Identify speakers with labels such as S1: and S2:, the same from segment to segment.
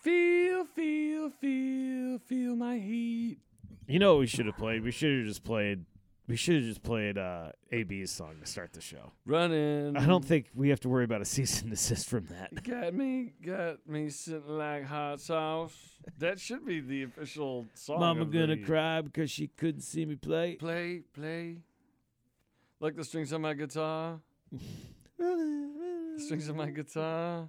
S1: Feel, feel, feel, feel my heat.
S2: You know what we should have played? We should have just played. We should have just played uh, AB's song to start the show.
S1: Running.
S2: I don't think we have to worry about a cease and desist from that.
S1: Got me, got me sitting like hot sauce. That should be the official song.
S2: Mama
S1: of
S2: gonna
S1: the-
S2: cry because she couldn't see me play.
S1: Play, play. Like the strings on my guitar. The strings on my guitar.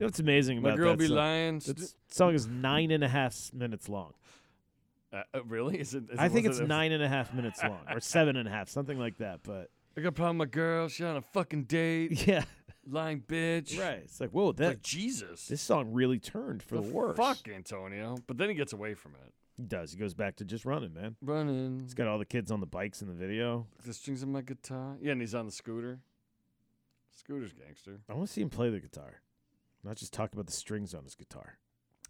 S2: You know what's amazing
S1: My
S2: about
S1: girl
S2: that
S1: be
S2: song?
S1: lying.
S2: That
S1: st-
S2: s- song is nine and a half s- minutes long.
S1: uh, uh, really? Is it? Is
S2: I
S1: it-
S2: think
S1: was
S2: it's
S1: it a-
S2: nine and a half minutes long, or seven and a half, something like that. But
S1: I got a problem with my girl. She on a fucking date.
S2: yeah,
S1: lying bitch.
S2: right. It's like whoa,
S1: It's
S2: that
S1: Like Jesus.
S2: this song really turned for the, worse.
S1: Fuck Antonio. But then he gets away from it.
S2: He does. He goes back to just running, man.
S1: Running.
S2: He's got all the kids on the bikes in the video.
S1: the strings on my guitar. Yeah, and he's on the scooter. Scooter's gangster.
S2: I want to see him play the guitar, not just talk about the strings on his guitar.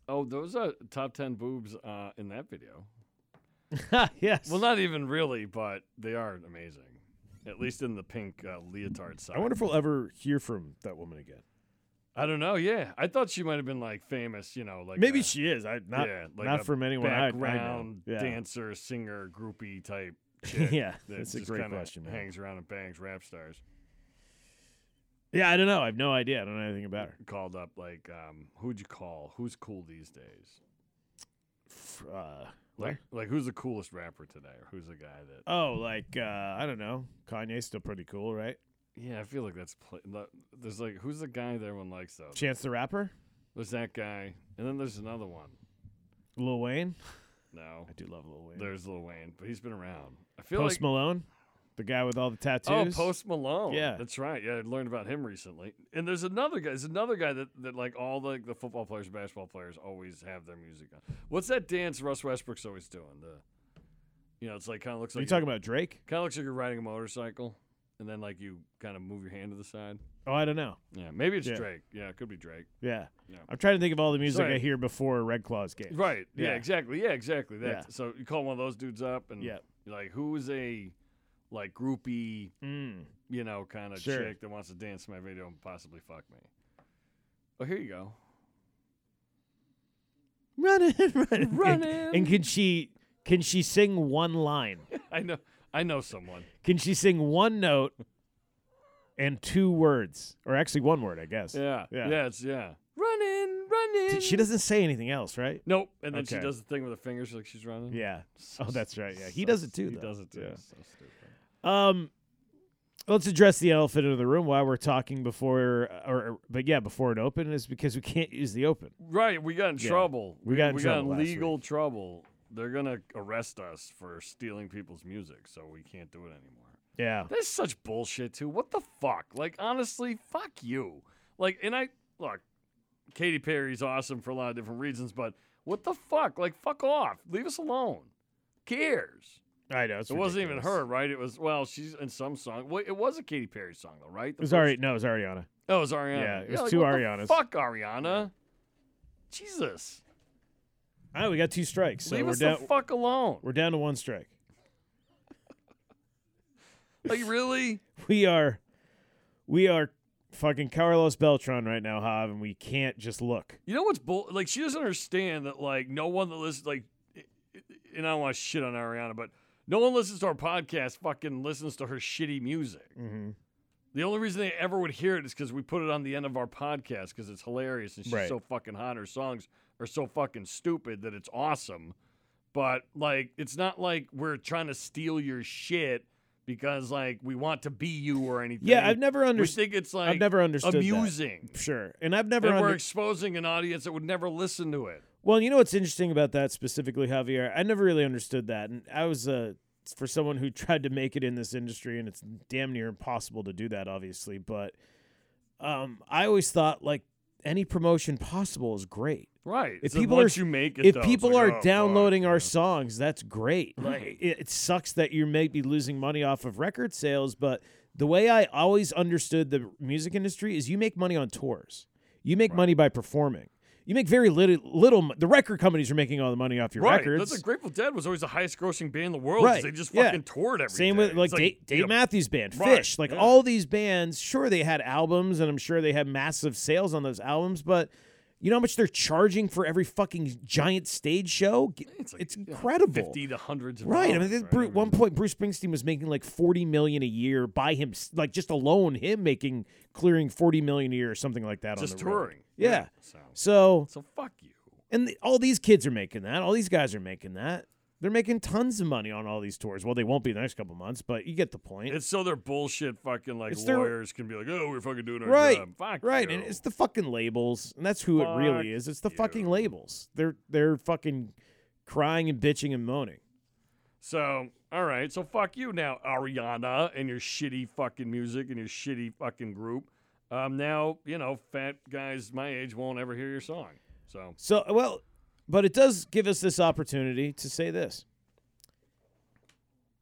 S1: Oh, those are top ten boobs uh, in that video.
S2: yes.
S1: Well, not even really, but they are amazing. At least in the pink uh, leotard side.
S2: I wonder if we'll ever hear from that woman again.
S1: I don't know. Yeah, I thought she might have been like famous. You know, like
S2: Maybe
S1: a
S2: she is. I not
S1: yeah, like
S2: uh, not
S1: a
S2: from anyone. I, I know.
S1: background
S2: Yeah.
S1: dancer, singer, groupie type. Chick
S2: yeah,
S1: that
S2: that's a
S1: just
S2: great
S1: kinda
S2: question, man.
S1: Hangs around and bangs rap stars.
S2: Yeah, I don't know. I have no idea. I don't know anything about her.
S1: Called up like, um, who'd you call? Who's cool these days?
S2: F- Uh,
S1: Like, like who's the coolest rapper today, or who's the guy that?
S2: oh, like uh, I don't know. Kanye's still pretty cool, right?
S1: Yeah, I feel like that's pla le- there's like who's the guy that everyone likes though?
S2: Chance the Rapper,
S1: There's that guy, and then there's another one.
S2: Lil Wayne.
S1: No,
S2: I do love Lil Wayne.
S1: there's Lil Wayne, but he's been around. I feel
S2: Post
S1: like
S2: Malone, the guy with all the
S1: oh,
S2: tattoos.
S1: Post Malone.
S2: Yeah.
S1: that's right. Yeah, I learned about him recently. And there's another guy. There's another guy that, that like all like the football players, basketball players always have their music on. What's that dance Russ Westbrook's always doing? The you know, it's like kind of looks
S2: Are you
S1: like
S2: talking about Drake?
S1: kind of looks like you're riding a motorcycle, and then like you kind of move your hand to the side.
S2: Oh, I don't know.
S1: Yeah, maybe it's
S2: Yeah.
S1: Drake. Yeah, it could be Drake.
S2: Yeah.
S1: Yeah.
S2: I'm trying to think of all the music
S1: Sorry.
S2: I hear before Red Claw's game.
S1: Right. Yeah.
S2: Yeah.
S1: Exactly. Yeah. Exactly. That.
S2: Yeah.
S1: So you call one of those dudes up, and
S2: Yeah.
S1: you're like, who is a like groupie,
S2: Mm.
S1: you know, kind of
S2: Sure.
S1: chick that wants to dance to my video and possibly fuck me? Oh, here you go.
S2: Running, running,
S1: Running.
S2: And, and can she can she sing one line?
S1: I know. I know someone.
S2: Can she sing one note and two words, or actually one word, I guess?
S1: Yeah. Yeah.
S2: Yeah.
S1: it's yeah. Running, running.
S2: T- She doesn't say anything else, right?
S1: Nope. And then she
S2: Okay.
S1: does the thing with her fingers, like she's running.
S2: Yeah.
S1: So
S2: Oh, that's right, yeah. He
S1: so
S2: does it too,
S1: He
S2: though.
S1: does it too.
S2: Yeah.
S1: So stupid.
S2: Um, let's address the elephant in the room while we're talking before, or but yeah, before it open is because we can't use the open.
S1: Right, we got in
S2: Yeah.
S1: trouble.
S2: We got in
S1: we
S2: trouble
S1: got
S2: last
S1: in legal trouble. They're gonna arrest us for stealing people's music, so we can't do it anymore.
S2: Yeah.
S1: That's such bullshit too. What the fuck? Like honestly, fuck you. Like and I look, Katy Perry's awesome for a lot of different reasons, but what the fuck? Like fuck off. Leave us alone. Cares.
S2: I know. It's
S1: it wasn't even
S2: ridiculous.
S1: her, right? It was well, she's in some song. Well, it was a Katy Perry song though, right?
S2: It
S1: The
S2: was
S1: first-
S2: already no, it was Ariana.
S1: Oh, it was Ariana.
S2: Yeah, it was
S1: like,
S2: two
S1: what the
S2: Arianas.
S1: Fuck Ariana. Jesus.
S2: All right, we got two strikes, so
S1: Leave
S2: we're
S1: us
S2: down.
S1: the fuck alone.
S2: we're down to one strike.
S1: Like really?
S2: We are, we are fucking Carlos Beltran right now, Hav, and we can't just look.
S1: You know what's bull? Like she doesn't understand that like no one that listens like, i- i- and I don't want to shit on Ariana, but no one listens to our podcast. Fucking listens to her shitty music.
S2: Mm-hmm.
S1: The only reason they ever would hear it is because we put it on the end of our podcast because it's hilarious and she's
S2: Right.
S1: so fucking hot. Her songs are so fucking stupid that it's awesome. But like, it's not like we're trying to steal your shit because like we want to be you or anything.
S2: Yeah, I've never
S1: We
S2: understood.
S1: think it's like
S2: I've never understood that.
S1: amusing.
S2: Sure, and I've never.
S1: and we're
S2: under-
S1: exposing an audience that would never listen to it.
S2: Well, you know what's interesting about that specifically, Javier? I never really understood that, and I was uh, for someone who tried to make it in this industry, and it's damn near impossible to do that, obviously. But um, I always thought like any promotion possible is great.
S1: Right.
S2: If
S1: So
S2: people
S1: once
S2: are-
S1: you make it,
S2: if
S1: though, it's
S2: people
S1: like,
S2: are
S1: oh, fuck,
S2: downloading
S1: yeah.
S2: our songs, that's great.
S1: Right.
S2: Like it, it sucks that you may be losing money off of record sales, but the way I always understood the music industry is you make money on tours. You make
S1: Right.
S2: money by performing. You make very little little mo- the record companies are making all the money off your
S1: right,
S2: records.
S1: that's the Grateful Dead was always the highest grossing band in the world. 'cause
S2: Right,
S1: They just
S2: yeah.
S1: fucking toured every
S2: Same
S1: day.
S2: with like,
S1: It's
S2: Dave, Dave
S1: yeah,
S2: Matthews Band,
S1: Right,
S2: Fish, like
S1: yeah.
S2: all these bands. Sure, they had albums, and I'm sure they had massive sales on those albums, but You know how much they're charging for every fucking giant stage show? G-
S1: It's like,
S2: It's
S1: you know,
S2: incredible.
S1: Fifty to hundreds of
S2: Right. I mean,
S1: dollars,
S2: this,
S1: right?
S2: Bru- one point Bruce Springsteen was making like 40 million a year by him like just alone him making clearing 40 million a year or something like that
S1: just
S2: on the road.
S1: touring.
S2: Yeah.
S1: So,
S2: So,
S1: so fuck you.
S2: and th- all these kids are making that. All these guys are making that. They're making tons of money on all these tours. Well, they won't be the next couple months, but you get the point.
S1: It's so their bullshit fucking like
S2: It's their-
S1: lawyers can be like, oh, we're fucking doing our
S2: Right,
S1: job. Fuck
S2: right,
S1: you.
S2: and it's the fucking labels, and that's who it
S1: Fuck
S2: really is. It's the fucking
S1: you.
S2: labels. They're they're fucking crying and bitching and moaning.
S1: so all right. So fuck you now, Ariana, and your shitty fucking music and your shitty fucking group. Um, now you know fat guys my age won't ever hear your song. So
S2: So well, but it does give us this opportunity to say this.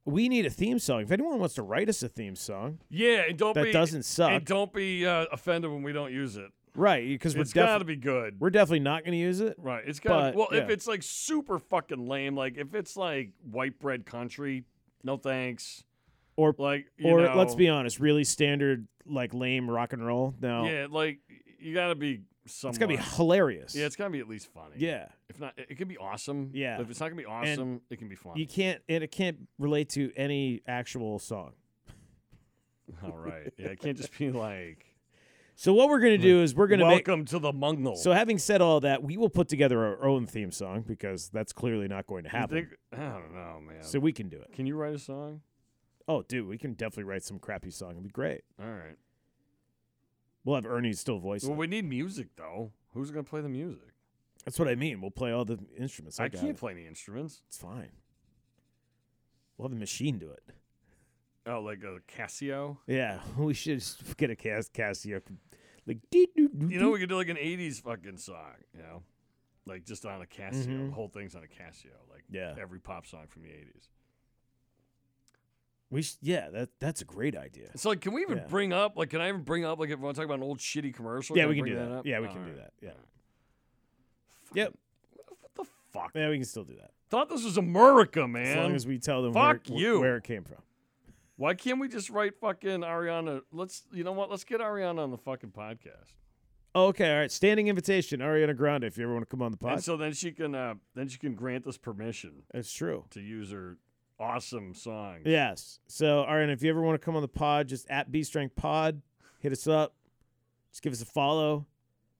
S2: We need a theme song. If anyone wants to write us a theme song
S1: yeah, and don't
S2: that
S1: be
S2: doesn't suck,
S1: and don't be uh, offended when we don't use it.
S2: right? Because we're
S1: It's got to
S2: definitely
S1: be good.
S2: we're definitely not going to use it.
S1: Right. It's got
S2: But,
S1: well, if
S2: yeah.
S1: it's like super fucking lame, like if it's like white bread country, no thanks.
S2: Or-
S1: like you
S2: Or let's
S1: know,
S2: be honest, really standard like lame rock and roll. No,
S1: yeah, like you gotta be somewhat.
S2: it's going to be hilarious.
S1: yeah, it's gotta be at least funny.
S2: yeah.
S1: if not, it it can be awesome.
S2: Yeah.
S1: but if it's not gonna be awesome, it can be fun.
S2: You can't, and it can't relate to any actual song.
S1: All right, yeah, it can't just be like
S2: So what we're gonna do is we're gonna make.
S1: Mm. welcome to the Mungle.
S2: So having said all that, we will put together our own theme song because that's clearly not going to
S1: you
S2: happen.
S1: think, I don't know, man.
S2: So we can do it.
S1: can you write a song?
S2: Oh, dude, we can definitely write some crappy song. It'd be great.
S1: All right.
S2: We'll have Ernie's still voice.
S1: Well,
S2: it.
S1: we need music though. Who's gonna play the music?
S2: That's what I mean. We'll play all the instruments. I,
S1: I
S2: got
S1: can't
S2: It.
S1: play any instruments.
S2: It's fine. We'll have the machine do it.
S1: Oh, like a Casio.
S2: Yeah, we should just get a Cas- Casio. Like, dee doo doo
S1: You know,
S2: doo.
S1: we could do like an '80s fucking song. You know, like just on a Casio.
S2: Mhm.
S1: The whole thing's on a Casio. Like
S2: Yeah.
S1: every pop song from the '80s.
S2: we sh- yeah, that that's a great idea.
S1: So like, can we even
S2: Yeah.
S1: bring up? Like, can I even bring up? Like, if I want to talk about an old shitty commercial?
S2: Yeah,
S1: I
S2: we can
S1: bring
S2: do that.
S1: up?
S2: Yeah, we
S1: All
S2: can do
S1: right.
S2: that. Yeah.
S1: All right.
S2: Yep.
S1: Fucking- What the fuck?
S2: Yeah, we can still do that.
S1: Thought this was America, man.
S2: As long as we tell them
S1: Fuck
S2: where,
S1: you.
S2: where it came from.
S1: Why can't we just write fucking Ariana? Let's. You know what? Let's get Ariana on the fucking podcast.
S2: Oh, okay, all right. Standing invitation, Ariana Grande, if you ever want to come on the
S1: And
S2: pod.
S1: so then she can. uh Then she can grant us permission
S2: That's true.
S1: to use her awesome song.
S2: Yes. So, Ariana, if you ever want to come on the pod, just at B Strength Pod, hit us up. Just give us a follow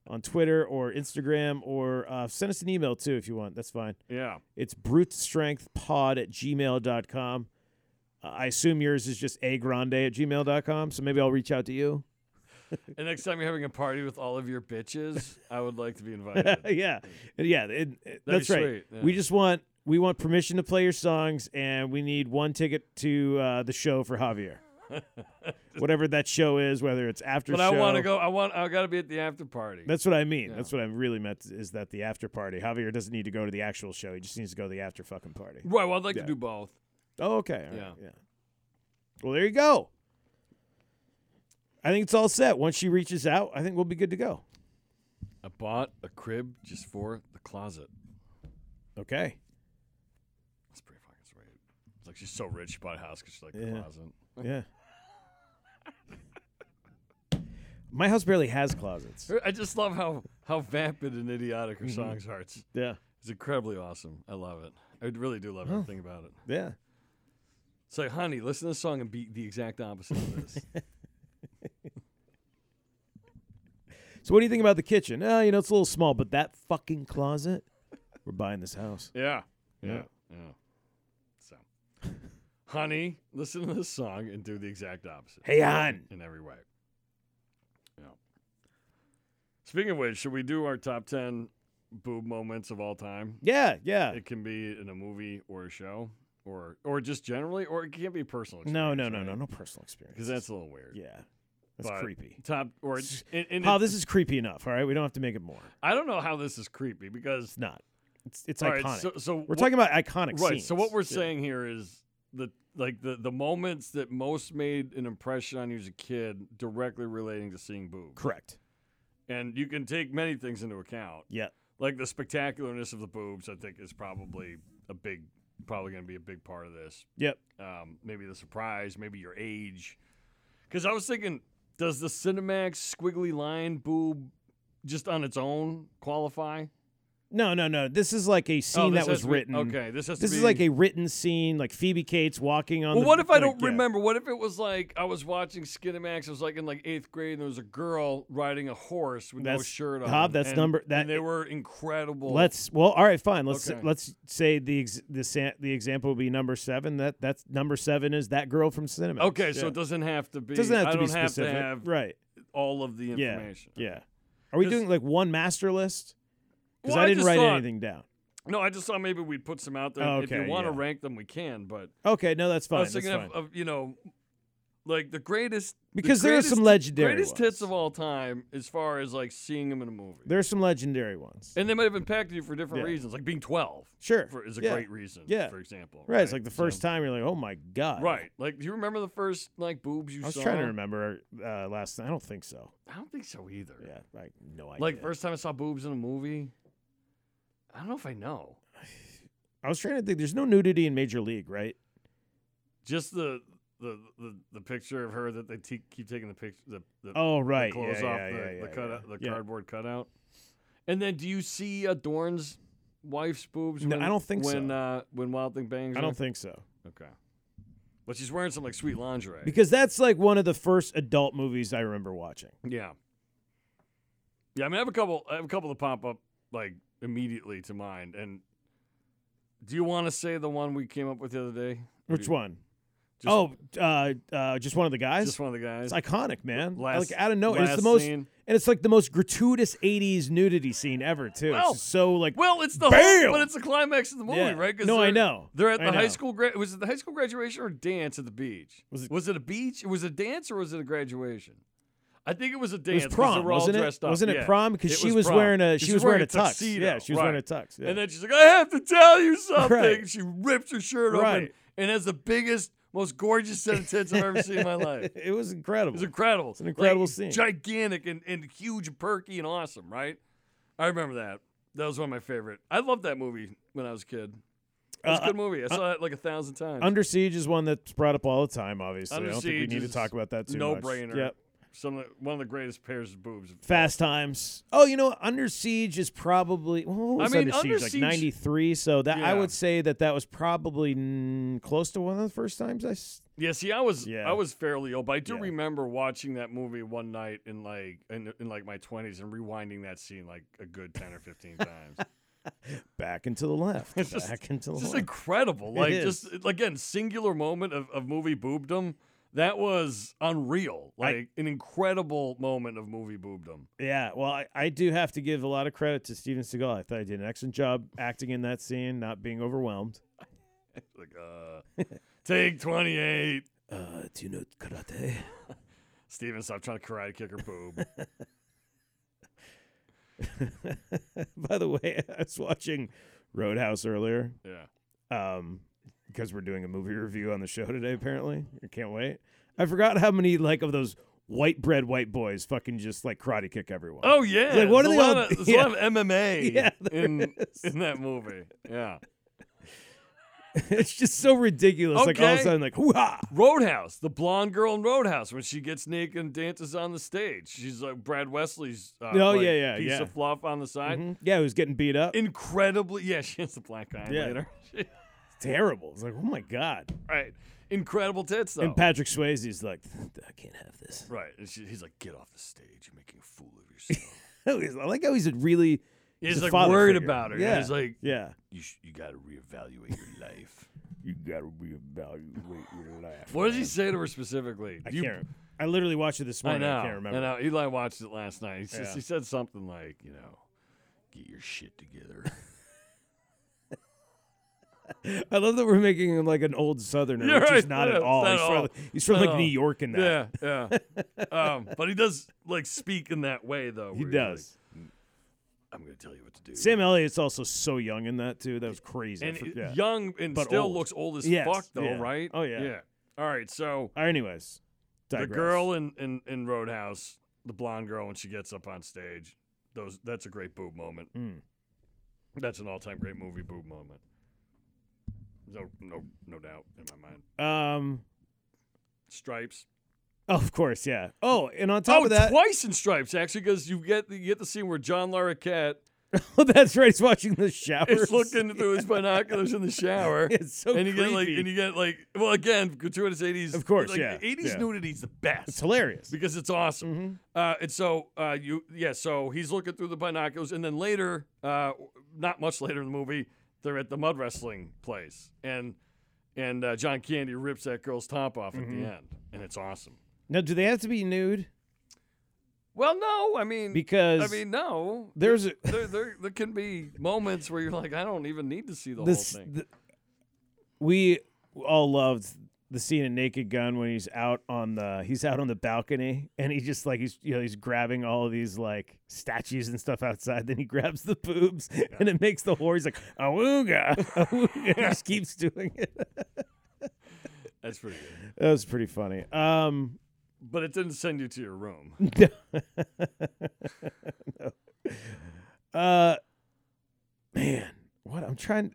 S2: on Twitter or Instagram or uh, send us an email too if you want. That's fine.
S1: Yeah.
S2: It's brutestrengthpod at gmail.com. Uh, I assume yours is just a grande at gmail.com. So maybe I'll reach out to you.
S1: And next time you're having a party with all of your bitches, I would like to be invited.
S2: yeah. Yeah. it- it-
S1: That'd
S2: that's
S1: be
S2: right.
S1: sweet,
S2: We
S1: yeah.
S2: just want. We want permission to play your songs, and we need one ticket to uh, the show for Javier. Whatever that show is, whether it's after
S1: But
S2: show.
S1: I want to go. I want. I got to be at the after party.
S2: That's what I mean.
S1: Yeah.
S2: That's what I really meant is that the after party. Javier doesn't need to go to the actual show. He just needs to go to the after fucking party.
S1: right. Well, I'd like
S2: Yeah.
S1: to do both.
S2: Oh, okay. All right.
S1: Yeah.
S2: Yeah. Well, there you go. I think it's all set. Once she reaches out, I think we'll be good to go.
S1: I bought a crib just for the closet.
S2: Okay.
S1: That's pretty fucking sweet. It's like she's so rich, she bought a house because she like the
S2: Yeah.
S1: closet.
S2: Yeah. My house barely has closets.
S1: I just love how how vapid and idiotic
S2: Mm-hmm.
S1: her songs are. It's,
S2: Yeah.
S1: it's incredibly awesome. I love it. I really do love everything about it.
S2: Yeah.
S1: It's like, honey, listen to this song and be the exact opposite of this.
S2: So what do you think about the kitchen? Oh, you know, it's a little small, but that fucking closet. We're buying this house.
S1: Yeah. Yeah.
S2: Yeah.
S1: Yeah. So, honey, listen to this song and do the exact opposite.
S2: Hey, hon.
S1: In every way. Yeah. Speaking of which, should we do our top 10 boob moments of all time?
S2: Yeah, yeah.
S1: It can be in a movie or a show or or just generally, or it can't be personal.
S2: No, no, no, no, no personal experience.
S1: Because that's a little weird.
S2: Yeah. That's
S1: But-
S2: creepy.
S1: Top or and, and
S2: Paul,
S1: it-
S2: this is creepy enough, all right? We don't have to make it more.
S1: I don't know how this is creepy because
S2: It's not. It's it's
S1: all
S2: iconic.
S1: right, so, so
S2: we're
S1: what-
S2: talking about iconic
S1: right
S2: scenes.
S1: so what we're
S2: Yeah.
S1: saying here is the like the the moments that most made an impression on you as a kid directly relating to seeing boobs
S2: Correct.
S1: and you can take many things into account
S2: Yeah.
S1: like the spectacularness of the boobs i think is probably a big probably going to be a big part of this
S2: Yep.
S1: um, maybe the surprise maybe your age because i was thinking does the cinemax squiggly line boob just on its own qualify?
S2: No, no, no. This is like a
S1: Oh,
S2: scene
S1: this
S2: that was
S1: has to be-
S2: written.
S1: okay, this has to
S2: This
S1: be,
S2: is like a written scene, like Phoebe Cates walking on.
S1: Well,
S2: the,
S1: what if I
S2: like,
S1: don't
S2: yeah.
S1: remember? What if it was like I was watching Skinemax? I was like in like eighth grade, and there was a girl riding a horse with no
S2: That's-
S1: shirt on.
S2: Hob, that's
S1: and-
S2: number- that-
S1: and they were incredible.
S2: Let's well, all right, fine. Let's
S1: Okay.
S2: let's say the ex, the sa- the example would be number seven. That that's number seven is that girl from Cinema.
S1: okay, so it doesn't have to be.
S2: doesn't have
S1: I
S2: to
S1: don't
S2: be specific,
S1: have to have
S2: right?
S1: all of the
S2: Yeah.
S1: information.
S2: Yeah. Are we
S1: 'Cause-
S2: doing like one master list? Because
S1: Well,
S2: I
S1: I
S2: didn't
S1: just
S2: write
S1: thought-
S2: anything down.
S1: No, I just thought maybe we'd put some out there. if you
S2: Okay,
S1: want to
S2: yeah.
S1: rank them, we can. But
S2: Okay, no, that's
S1: I
S2: fine.
S1: was
S2: That's
S1: thinking
S2: fine.
S1: of, uh, of you know, like the greatest
S2: because
S1: the
S2: there are
S1: greatest,
S2: some legendary
S1: greatest
S2: ones.
S1: hits of all time as far as like seeing them in a movie.
S2: There are some legendary ones.
S1: and they might have impacted you for different
S2: Yeah.
S1: reasons, like being twelve.
S2: sure.
S1: for, is a
S2: yeah.
S1: great reason.
S2: Yeah.
S1: For example.
S2: Right, it's like the
S1: So-
S2: first time you're like, oh my god.
S1: Right. Like, do you remember the first like boobs you
S2: I was
S1: saw?
S2: trying to remember uh, last. I don't think so.
S1: I don't think so either.
S2: Yeah, like no idea.
S1: like first time I saw boobs in a movie. I don't know if I know.
S2: I was trying to think. There's no nudity in Major League, right?
S1: Just the the the, the picture of her that they te- keep taking the picture. The, the,
S2: Oh
S1: the
S2: right,
S1: clothes
S2: yeah,
S1: off
S2: yeah,
S1: the,
S2: yeah, yeah,
S1: the cutout,
S2: yeah.
S1: the
S2: Yeah.
S1: cardboard cutout. And then, do you see uh, Dorn's wife's boobs?
S2: No,
S1: when,
S2: I don't think so.
S1: when, uh, when Wild Thing bangs.
S2: I
S1: her?
S2: don't think so
S1: Okay. But she's wearing some like sweet lingerie.
S2: because that's like one of the first adult movies I remember watching.
S1: Yeah. Yeah, I mean, I have a couple. I have a couple that pop up like immediately to mind. And do you want to say the one we came up with the other day? Or do
S2: Which
S1: you-
S2: one?
S1: Just,
S2: oh, uh, uh, just one of the guys.
S1: just one of the guys.
S2: it's iconic, man.
S1: Last-
S2: like I don't know, it's the
S1: last
S2: most,
S1: scene.
S2: and it's like the most gratuitous '80s nudity scene ever, too.
S1: Well-
S2: it's just so like
S1: Well, it's the
S2: Bam!
S1: whole, but it's the climax of the movie,
S2: Yeah.
S1: right? 'Cause
S2: No, I
S1: they're-
S2: know.
S1: They're at
S2: I
S1: the high
S2: know.
S1: school. Gra- was it the high school graduation or dance at the beach? Was
S2: Was it-
S1: it, was it a beach? It was a dance or was it a graduation? I think it was a
S2: it
S1: dance.
S2: was
S1: 'cause
S2: prom,
S1: they were all
S2: wasn't it?
S1: dressed up.
S2: Wasn't it
S1: Yeah.
S2: prom? Because she was
S1: prom.
S2: wearing a
S1: 'Cause
S2: she was wearing a tux. yeah, she
S1: tuxedo,
S2: was wearing a
S1: right.
S2: tux. Yeah.
S1: And then she's like, I have to tell you something.
S2: Right.
S1: And she rips her shirt open
S2: Right.
S1: and has the biggest, most gorgeous set of tits I've ever seen in my life. It
S2: it was incredible.
S1: was incredible. It's
S2: an incredible scene.
S1: Gigantic and, and huge, perky, and awesome, right? I remember that. That was one of my favorite. I loved that movie when I was a kid. It was
S2: Uh,
S1: a good movie. I saw it like a thousand times.
S2: Under Siege is one that's brought up all the time. Obviously,
S1: Under
S2: I don't think we
S1: Siege
S2: need to
S1: is
S2: talk about that too much.
S1: No-brainer.
S2: Yep.
S1: Some of the, one of the greatest pairs of boobs.
S2: Fast Times. Oh, you know, Under Siege is probably. Well, what
S1: I
S2: was
S1: mean,
S2: Under Siege
S1: Under
S2: like
S1: Siege-
S2: ninety three? So that I
S1: Yeah.
S2: would say that that was probably mm, close to one of the first times I. s-
S1: Yeah, see, I was
S2: Yeah.
S1: I was fairly old, but I do
S2: Yeah.
S1: remember watching that movie one night in like in, in like my twenties and rewinding that scene like a good ten or fifteen times.
S2: Back and to the left. Back
S1: It's just-
S2: and to the
S1: It's just
S2: left.
S1: incredible, like
S2: is.
S1: just again singular moment of, of movie boobdom. That was unreal,
S2: I-
S1: like an incredible moment of movie boobdom.
S2: yeah. Well, I, I do have to give a lot of credit to Steven Seagal. I thought he did an excellent job acting in that scene, not being overwhelmed.
S1: Like, uh, take twenty eight.
S2: Uh, do you know karate?
S1: Steven, stop trying to karate kick her boob.
S2: By the way, I was watching Roadhouse earlier.
S1: yeah,
S2: um, because we're doing a movie review on the show today. Apparently, I can't wait. I forgot how many like of those white bread white boys fucking just like karate kick everyone.
S1: Oh yeah,
S2: Like,
S1: there's
S2: what are
S1: a
S2: they
S1: lot
S2: all-
S1: of, there's a lot of MMA
S2: Yeah, there
S1: in
S2: is.
S1: in that movie. Yeah,
S2: it's just so ridiculous. Like all of a
S1: Okay.
S2: sudden, like hoo ha.
S1: Roadhouse, the blonde girl in Roadhouse when she gets naked and dances on the stage. She's like Brad Wesley's. Uh,
S2: Oh,
S1: like,
S2: yeah, yeah,
S1: piece
S2: yeah.
S1: of fluff on the side.
S2: Mhm. Yeah, who's getting beat up?
S1: Incredibly, yeah, she has the black eye
S2: Yeah.
S1: later. She-
S2: It's terrible. It's like oh my god.
S1: right, incredible tits though.
S2: And Patrick Swayze's like, I can't have this.
S1: right, and she, he's like, get off the stage, you're making a fool of yourself.
S2: He's- I like how he's a really.
S1: he's
S2: a
S1: like
S2: father
S1: worried
S2: figure.
S1: about her.
S2: Yeah.
S1: Yeah. He's like,
S2: Yeah.
S1: you sh- you got to reevaluate your life.
S2: You gotta reevaluate your life.
S1: What does he say to her specifically?
S2: I
S1: Do you-
S2: can't. rem- I literally watched it this
S1: I
S2: morning.
S1: know.
S2: I can't remember.
S1: I know. Eli watched it last night. He, s-
S2: Yeah.
S1: he said something like, you know, get your shit together.
S2: I love that we're making him like an old Southerner,
S1: Yeah,
S2: which is
S1: right.
S2: not
S1: Yeah,
S2: at
S1: it's
S2: all.
S1: not
S2: he's,
S1: at
S2: from,
S1: all.
S2: he's from
S1: Not
S2: like
S1: at
S2: New
S1: all.
S2: York and that.
S1: yeah, yeah. Um, but he does like speak in that way though.
S2: he
S1: where he's like,
S2: does.
S1: I'm going to tell you what to do.
S2: Sam Elliott's also so young in that too. That was crazy. I
S1: and
S2: for-
S1: it-
S2: yeah.
S1: young and
S2: But
S1: still
S2: old.
S1: looks old as
S2: Yes,
S1: fuck though,
S2: yeah.
S1: right?
S2: Oh, yeah.
S1: Yeah. All right, so
S2: Uh, Anyways,
S1: the
S2: digress.
S1: girl in, in in Roadhouse, the blonde girl when she gets up on stage, those that's a great boob moment.
S2: Mm.
S1: That's an all-time great movie boob moment. No no no doubt in my mind.
S2: Um,
S1: Stripes.
S2: Oh, of course, yeah. Oh, and on top
S1: oh,
S2: of that,
S1: twice in stripes actually, because you get the, you get the scene where John Larroquette
S2: oh, that's right. He's watching the shower.
S1: is looking through his binoculars in the shower.
S2: It's so
S1: and you get like,
S2: creepy.
S1: and you get like, well, again, gratuitous eighties.
S2: Of course,
S1: like,
S2: yeah,
S1: Eighties
S2: yeah.
S1: nudity's the best.
S2: It's Mm-hmm. hilarious.
S1: because it's awesome. Uh, and so uh, you, yeah. So he's looking through the binoculars, and then later, uh, not much later in the movie, they're at the mud wrestling place, and and uh, John Candy rips that girl's top off
S2: Mm-hmm.
S1: at the end, and it's awesome.
S2: Now, do they have to be nude?
S1: Well, no, I mean,
S2: Because
S1: I mean, no,
S2: there's a,
S1: there, there, there can be moments where you're like, I don't even need to see the
S2: this.
S1: whole thing.
S2: th- we all loved the scene in Naked Gun when he's out on the he's out on the balcony and he just like he's you know he's grabbing all of these like statues and stuff outside. Then he grabs the boobs and it makes the whore. He's like awooga, awooga. he just keeps doing it.
S1: That's pretty good,
S2: That was pretty funny. Um,
S1: but it didn't send you to your room.
S2: no. Uh, man, what I'm trying.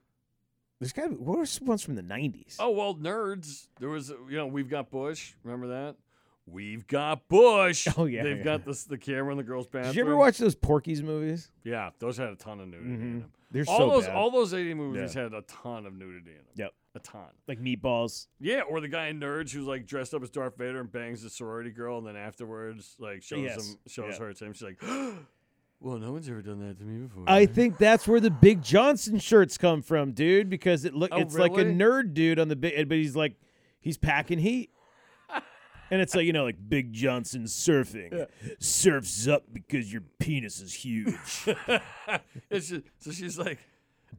S2: There's got to be. What are some ones from the '90s?
S1: Oh well, nerds. There was you know we've got Bush. Remember that? We've got Bush.
S2: Oh, yeah,
S1: They've
S2: yeah.
S1: got this the camera in the girls' bathroom.
S2: Did you ever watch those Porky's movies?
S1: Yeah, those had a ton of nudity in them.
S2: They're
S1: all
S2: so
S1: those
S2: bad.
S1: all those eighty movies had a ton of nudity in them.
S2: Yep.
S1: A ton.
S2: like meatballs.
S1: Yeah, or the guy in Nerds who's like dressed up as Darth Vader and bangs the sorority girl, and then afterwards like shows
S2: Yes.
S1: him shows
S2: Yeah.
S1: her it's him. She's like, "Well, no one's ever done that to me before."
S2: I think that's where the Big Johnson shirts come from, dude. Because it look,
S1: Oh,
S2: it's like a
S1: really?
S2: nerd dude on the big, but he's like, he's packing heat. And it's like you know, like Big Johnson surfing, surfs up because your penis is huge.
S1: It's just, so she's like,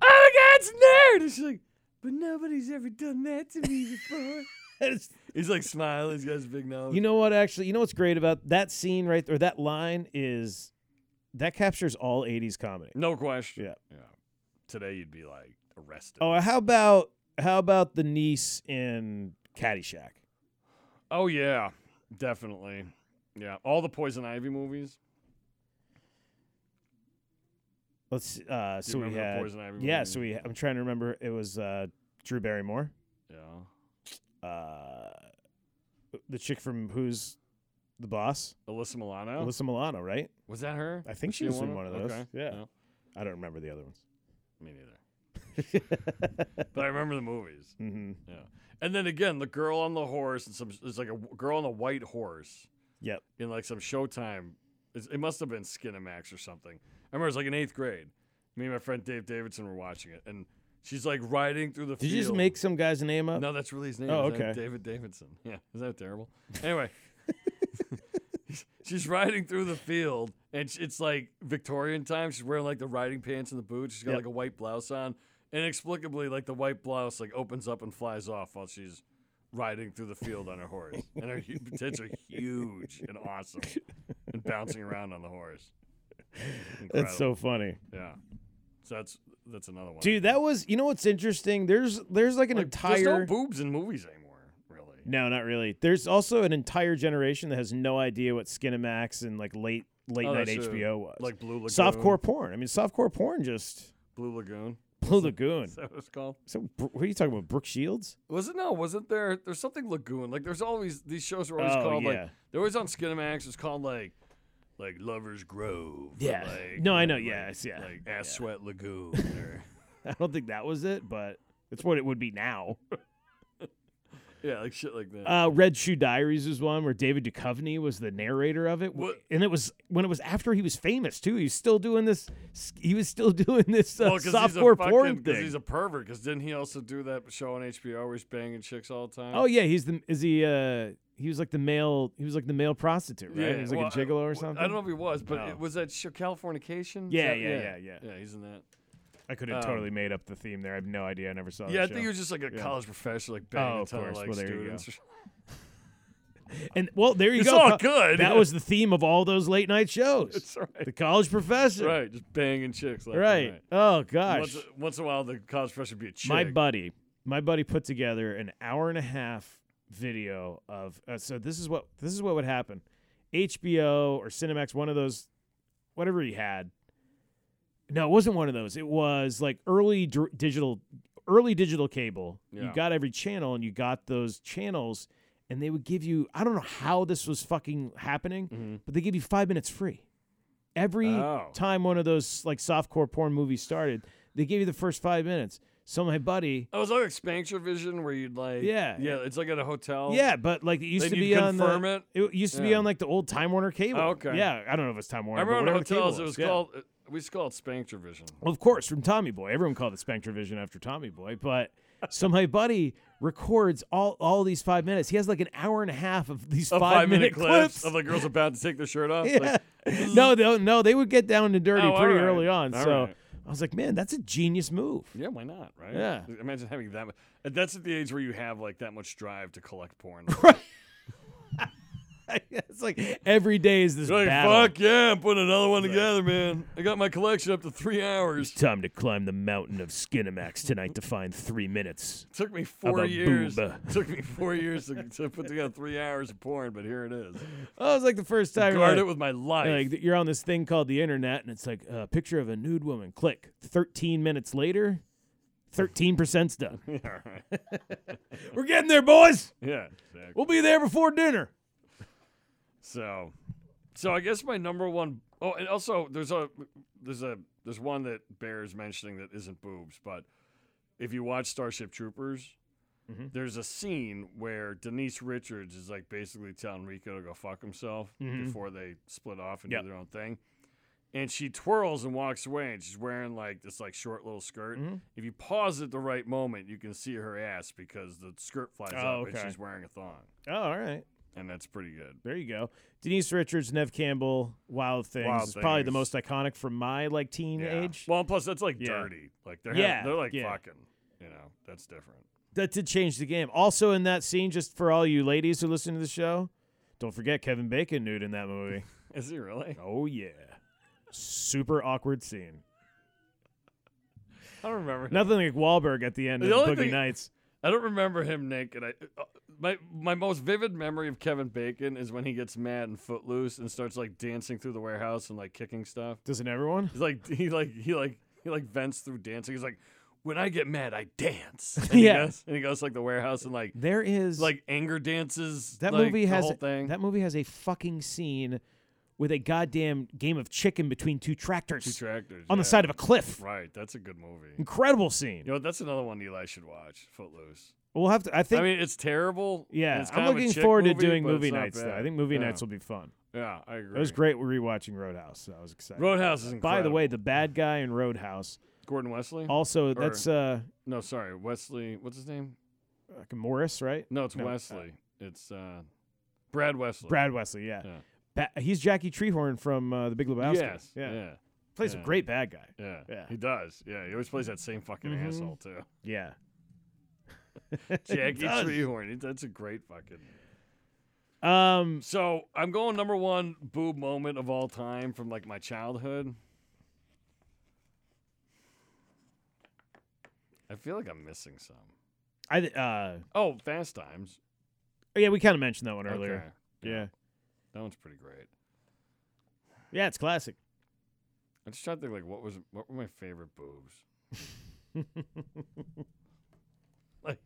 S1: "Oh my God, it's nerd!" And she's like, "But nobody's ever done that to me before."
S2: It's-
S1: He's like smiling. He's got his big nose.
S2: You know what? Actually, you know what's great about that scene right or that line is that captures all '80s comedy.
S1: no question.
S2: Yeah.
S1: Yeah. Today you'd be like arrested. Oh,
S2: Oh, how about how about the niece in Caddyshack?
S1: Oh, yeah, definitely. Yeah, all the Poison Ivy movies.
S2: Let's see, uh,
S1: Do you
S2: so we
S1: remember the
S2: had
S1: Poison Ivy
S2: yeah,
S1: movie?
S2: so we I'm trying to remember it was uh, Drew Barrymore,
S1: Yeah.
S2: uh, the chick from Who's the Boss,
S1: Alyssa Milano.
S2: Alyssa Milano, right?
S1: was that her?
S2: I think she
S1: in
S2: was in one of those.
S1: Okay.
S2: Yeah.
S1: No,
S2: I don't remember the other ones.
S1: me neither. but I remember the movies.
S2: hmm
S1: Yeah. And then again, the girl on the horse and some it's like a w- girl on a white horse.
S2: Yep.
S1: in like some Showtime. It's, it must have been Skinamax or something. I remember it was like in eighth grade. Me and my friend Dave Davidson were watching it, and she's like riding through the.
S2: Did you just make some guy's name up?
S1: No, that's really his name.
S2: Oh,
S1: His name is
S2: okay.
S1: David Davidson. Yeah, is that terrible? Anyway, she's riding through the field, and sh- it's like Victorian time. She's wearing like the riding pants and the boots. She's got
S2: Yep.
S1: like a white blouse on. Inexplicably, like the white blouse like opens up and flies off while she's riding through the field on her horse, and her hu- tits are huge and awesome, and bouncing around on the horse.
S2: That's
S1: Incredible.
S2: so funny.
S1: yeah. So that's that's another one,
S2: Dude, that was you know what's interesting? There's there's like an
S1: Like,
S2: entire
S1: There's no boobs in movies anymore, really.
S2: No, not really. There's also an entire generation that has no idea what Skinamax and like late late
S1: Oh,
S2: night
S1: that's, uh,
S2: HBO was.
S1: Like Blue Lagoon.
S2: softcore porn. I mean, softcore porn just
S1: Blue Lagoon.
S2: Blue Lagoon.
S1: Is that what it's called?
S2: So, Br- what are you talking about? Brooke Shields?
S1: Was it no? Wasn't there? There's something Lagoon. Like there's always these shows were always
S2: Oh,
S1: called like
S2: yeah.
S1: they're always on Skinamax. It's called like like Lovers Grove. or,
S2: Yeah.
S1: like-
S2: No, I know,
S1: like-
S2: yeah, it's- yeah,
S1: Like Ass Sweat Lagoon. Or,
S2: I don't think that was it, but it's what it would be now.
S1: yeah, like shit like that.
S2: Uh, Red Shoe Diaries was one where David Duchovny was the narrator of it,
S1: What-
S2: and it was when it was after he was famous too. He was still doing this. He was still doing this uh,
S1: Well, 'cause he's a
S2: softcore
S1: fucking-
S2: porn
S1: 'cause
S2: thing.
S1: He's a pervert. Because didn't he also do that show on HBO where he's banging chicks all the time?
S2: oh yeah, he's the is he uh he was like the male he was like the male prostitute, right?
S1: yeah.
S2: he was like
S1: well,
S2: a gigolo
S1: I-
S2: or something.
S1: I don't know if he was, but
S2: No.
S1: it, was that show Californication? Is
S2: Yeah,
S1: that-
S2: yeah, yeah, yeah.
S1: Yeah, he's in that.
S2: I could have
S1: Um,
S2: totally made up the theme there. I have no idea. I never saw.
S1: Yeah, I
S2: that
S1: think he
S2: show.
S1: was just like a
S2: Yeah.
S1: college professor, like banging
S2: Oh,
S1: a
S2: of
S1: ton of
S2: course.
S1: like
S2: Well, there you go.
S1: students. or something.
S2: and well, there you
S1: It's
S2: go.
S1: all
S2: Co-
S1: good.
S2: That was the theme of all those late night shows.
S1: That's right.
S2: The college professor.
S1: Right, just banging chicks. Left and
S2: Right. Oh
S1: right.
S2: gosh.
S1: Once, once in a while, the college professor would be a chick.
S2: my buddy, my buddy put together an hour and a half video of uh, so this is what this is what would happen. HBO or Cinemax, one of those whatever he had. No, it wasn't one of those. It was like early dir- digital early digital cable.
S1: Yeah.
S2: You got every channel and you got those channels and they would give you I don't know how this was fucking happening,
S1: Mhm.
S2: but they give you five minutes free. Every
S1: Oh.
S2: time one of those like softcore porn movies started, they gave you the first five minutes. So my buddy,
S1: Oh, was that like Spanksure Vision where you'd like
S2: Yeah.
S1: yeah it's like at a hotel
S2: yeah, but like it used
S1: Then
S2: to
S1: you'd
S2: be on
S1: confirm
S2: the,
S1: it?
S2: used to be
S1: Yeah.
S2: on like the old Time Warner cable.
S1: Oh, okay.
S2: Yeah, I don't know if it's Time
S1: I
S2: Warner.
S1: remember
S2: but
S1: in
S2: whatever the
S1: hotels
S2: cable
S1: it was
S2: yeah.
S1: called uh, we used to call it Spanksure Vision.
S2: Of course, from Tommy Boy. Everyone called it Spectre Vision after Tommy Boy. But so my buddy records all all these five minutes. He has like an hour and a half of these
S1: Of
S2: five, minute, clips.
S1: of the girls about to take their shirt off.
S2: yeah. no, they, no, they would get down and dirty
S1: Oh, all
S2: pretty
S1: right.
S2: early on.
S1: All
S2: so
S1: right.
S2: I was like, man, that's a genius move.
S1: Yeah, why not? Right?
S2: Yeah.
S1: Imagine having that. Much. That's at the age where you have like that much drive to collect porn.
S2: it's like every day is this
S1: You're like,
S2: battle.
S1: fuck yeah, I'm putting another one together, man. I got my collection up to three hours.
S2: Time to climb the mountain of Skinamax tonight to find three minutes.
S1: Took me four
S2: about
S1: years.
S2: boob?
S1: Took me four years to, to put together three hours of porn, but here it is.
S2: Oh, it was like the first time.
S1: Guard
S2: like-
S1: it with my life.
S2: Like th- you're on this thing called the internet, and it's like a picture of a nude woman. Click. Thirteen minutes later, thirteen percent's done.
S1: yeah, right.
S2: We're getting there, boys.
S1: yeah, exactly.
S2: We'll be there before dinner.
S1: So, so I guess my number one. Oh, and also there's a there's a there's one that bears mentioning that isn't boobs, but if you watch Starship Troopers,
S2: Mhm.
S1: there's a scene where Denise Richards is like basically telling Rico to go fuck himself
S2: Mhm.
S1: before they split off and
S2: Yep.
S1: do their own thing. And she twirls and walks away, and she's wearing like this like short little skirt.
S2: Mhm.
S1: If you pause at the right moment, you can see her ass because the skirt flies
S2: Oh,
S1: up
S2: okay.
S1: and she's wearing a thong,
S2: Oh, all right.
S1: and that's pretty good.
S2: There you go. Denise Richards, Nev Campbell, Wild Things.
S1: Wild
S2: is probably the
S1: Things.
S2: most iconic from my like teen age.
S1: Well, and plus that's like
S2: Yeah.
S1: dirty. Like they're
S2: Yeah,
S1: having, they're like
S2: yeah.
S1: fucking. You know, that's different.
S2: That did change the game. Also in that scene, just for all you ladies who listen to the show, don't forget Kevin Bacon nude in that movie.
S1: Is he really?
S2: oh yeah. Super awkward scene.
S1: I don't remember. him.
S2: Nothing like Wahlberg at the end
S1: The
S2: of
S1: only
S2: Boogie
S1: thing-
S2: Nights.
S1: I don't remember him naked. I uh, my my most vivid memory of Kevin Bacon is when he gets mad and footloose and starts like dancing through the warehouse and like kicking stuff.
S2: Doesn't everyone?
S1: He's like he like he like he like vents through dancing. He's like, when I get mad, I dance. And he
S2: Yeah.
S1: goes- and he goes like the warehouse and like
S2: There is
S1: like anger dances.
S2: that
S1: like,
S2: movie
S1: the
S2: has
S1: whole thing.
S2: that movie has a fucking scene with a goddamn game of chicken between two tractors
S1: Two tractors
S2: on the
S1: yeah.
S2: side of a cliff.
S1: Right, that's a good movie.
S2: Incredible scene.
S1: You know, that's another one Eli should watch. Footloose.
S2: We'll have to. I think.
S1: I mean, it's terrible. and
S2: yeah,
S1: it's kind
S2: I'm
S1: of a
S2: looking
S1: chick
S2: forward to
S1: movie,
S2: doing
S1: but it's
S2: movie
S1: not
S2: nights. Though.
S1: bad.
S2: I think movie
S1: yeah.
S2: nights will be fun.
S1: Yeah, I agree.
S2: It was great rewatching Roadhouse. So I was excited.
S1: Roadhouse is incredible.
S2: By the way, the bad guy in Roadhouse.
S1: Gordon Wesley.
S2: Also, that's uh,
S1: no, sorry, Wesley. What's his name?
S2: like Morris, right?
S1: No, it's
S2: No, uh,
S1: Wesley. it's uh, Brad Wesley.
S2: Brad Wesley. Yeah.
S1: Yeah.
S2: Ba- he's Jackie Treehorn from uh, The Big Lebowski.
S1: Yes.
S2: Yeah.
S1: Yeah.
S2: Plays a
S1: yeah.
S2: great bad guy.
S1: Yeah.
S2: Yeah.
S1: He does. Yeah. He always plays that same fucking
S2: Mhm.
S1: asshole too.
S2: Yeah.
S1: Jackie
S2: does.
S1: Treehorn. He- That's a great fucking.
S2: Um.
S1: So I'm going number one boob moment of all time from like my childhood. I feel like I'm missing some.
S2: I th- uh
S1: Oh, Fast Times.
S2: yeah, we kind of mentioned that one earlier.
S1: Okay.
S2: Yeah.
S1: That one's pretty great.
S2: Yeah, it's classic.
S1: I'm just trying to think like what was what were my favorite boobs? like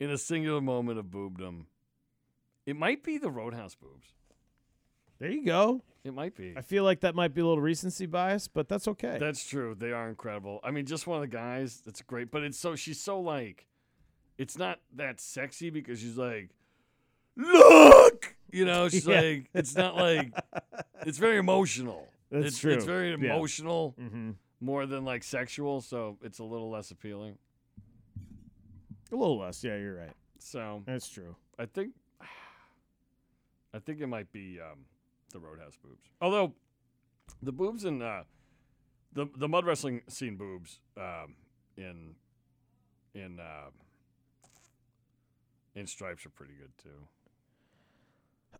S1: in a singular moment of boobdom. It might be the Roadhouse boobs.
S2: There you go.
S1: It might be.
S2: I feel like that might be a little recency bias, but that's okay.
S1: That's true. They are incredible. I mean, just one of the guys, that's great. But it's so she's so like it's not that sexy because she's like Look you know, she's
S2: Yeah.
S1: like it's not like it's very emotional.
S2: That's
S1: it's,
S2: true.
S1: It's very
S2: Yeah.
S1: emotional.
S2: mm-hmm.
S1: more than like sexual, so it's a little less appealing.
S2: A little less. Yeah, you're right.
S1: So
S2: That's true.
S1: I think I think it might be um, the Roadhouse boobs. Although the boobs in uh, the the mud wrestling scene boobs um, in in uh, in stripes are pretty good too.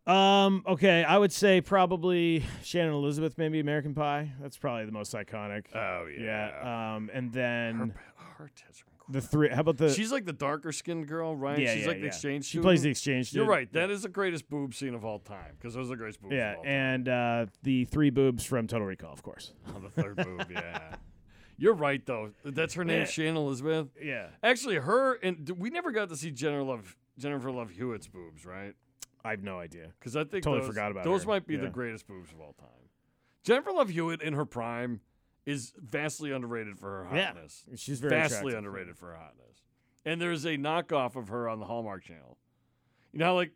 S2: Um. Okay, I would say probably Shannon Elizabeth, maybe American Pie. That's probably the most iconic.
S1: Oh yeah,
S2: Um. And
S1: her,
S2: then
S1: ba- her tits are
S2: the
S1: incredible.
S2: three. How about the?
S1: She's like the darker skinned girl, right?
S2: Yeah,
S1: She's
S2: yeah,
S1: like the
S2: yeah.
S1: exchange.
S2: she plays the
S1: student.
S2: exchange.
S1: You're
S2: student.
S1: right. That is the greatest boob scene of all time because those are the greatest boobs.
S2: Yeah,
S1: of all time.
S2: and uh, the three boobs from Total Recall, of course.
S1: On the third move, yeah. You're right though. That's her name,
S2: Yeah.
S1: Shannon Elizabeth.
S2: Yeah.
S1: Actually, her and d- we never got to see Jennifer Love Jennifer Love Hewitt's boobs, right?
S2: I have no idea.
S1: Because I think
S2: Totally
S1: those,
S2: forgot about
S1: those
S2: her.
S1: might be the
S2: Yeah.
S1: greatest boobs of all time. Jennifer Love Hewitt in her prime is vastly underrated for her
S2: Yeah.
S1: hotness.
S2: She's very
S1: vastly
S2: attractive.
S1: underrated for her hotness. And there's a knockoff of her on the Hallmark Channel. You know, how, like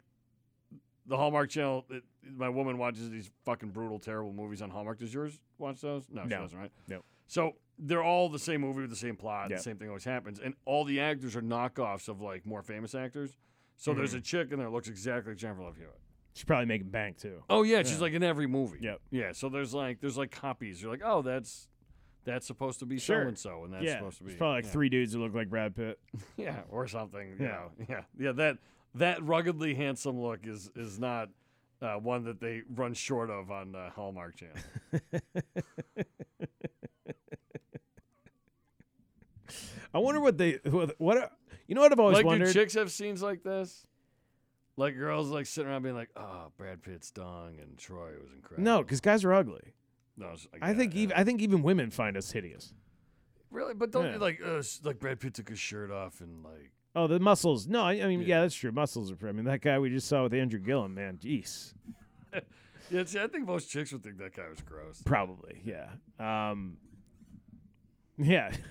S1: the Hallmark Channel, it, my woman watches these fucking brutal, terrible movies on Hallmark. Does yours watch those? No, she
S2: No.
S1: doesn't, right?
S2: No.
S1: So they're all the same movie with the same plot.
S2: Yeah.
S1: The same thing always happens, and all the actors are knockoffs of like more famous actors. So there's
S2: Mhm.
S1: a chick in there that looks exactly like Jennifer Love Hewitt.
S2: She's probably making bank too.
S1: Oh yeah, she's
S2: Yeah.
S1: like in every movie.
S2: Yep.
S1: Yeah. So there's like there's like copies. You're like, oh, that's that's supposed to be
S2: Sure.
S1: so and so, and that's
S2: yeah,
S1: supposed to be
S2: it's probably like
S1: yeah.
S2: three dudes who look like Brad Pitt.
S1: Yeah, or something.
S2: Yeah.
S1: Yeah, yeah, yeah. That that ruggedly handsome look is is not uh, one that they run short of on uh, Hallmark Channel.
S2: I wonder what they what, what are- you know what I've always
S1: Hmm. like,
S2: wondered.
S1: do chicks have scenes like this? Like girls like sitting around being like, "Oh, Brad Pitt's dung and Troy was incredible."
S2: no, because guys are ugly.
S1: no, it's like,
S2: I
S1: yeah,
S2: think
S1: yeah.
S2: even I think even women find us hideous.
S1: really, but don't
S2: Yeah.
S1: you like uh, s- like Brad Pitt took his shirt off and like
S2: Oh, the muscles. No, I, I mean, yeah.
S1: Yeah.
S2: that's true. Muscles are. pretty- I mean, that guy we just saw with Andrew Gillum, man, jeez,
S1: yeah. See, I think most chicks would think that guy was gross.
S2: probably, yeah, um, yeah.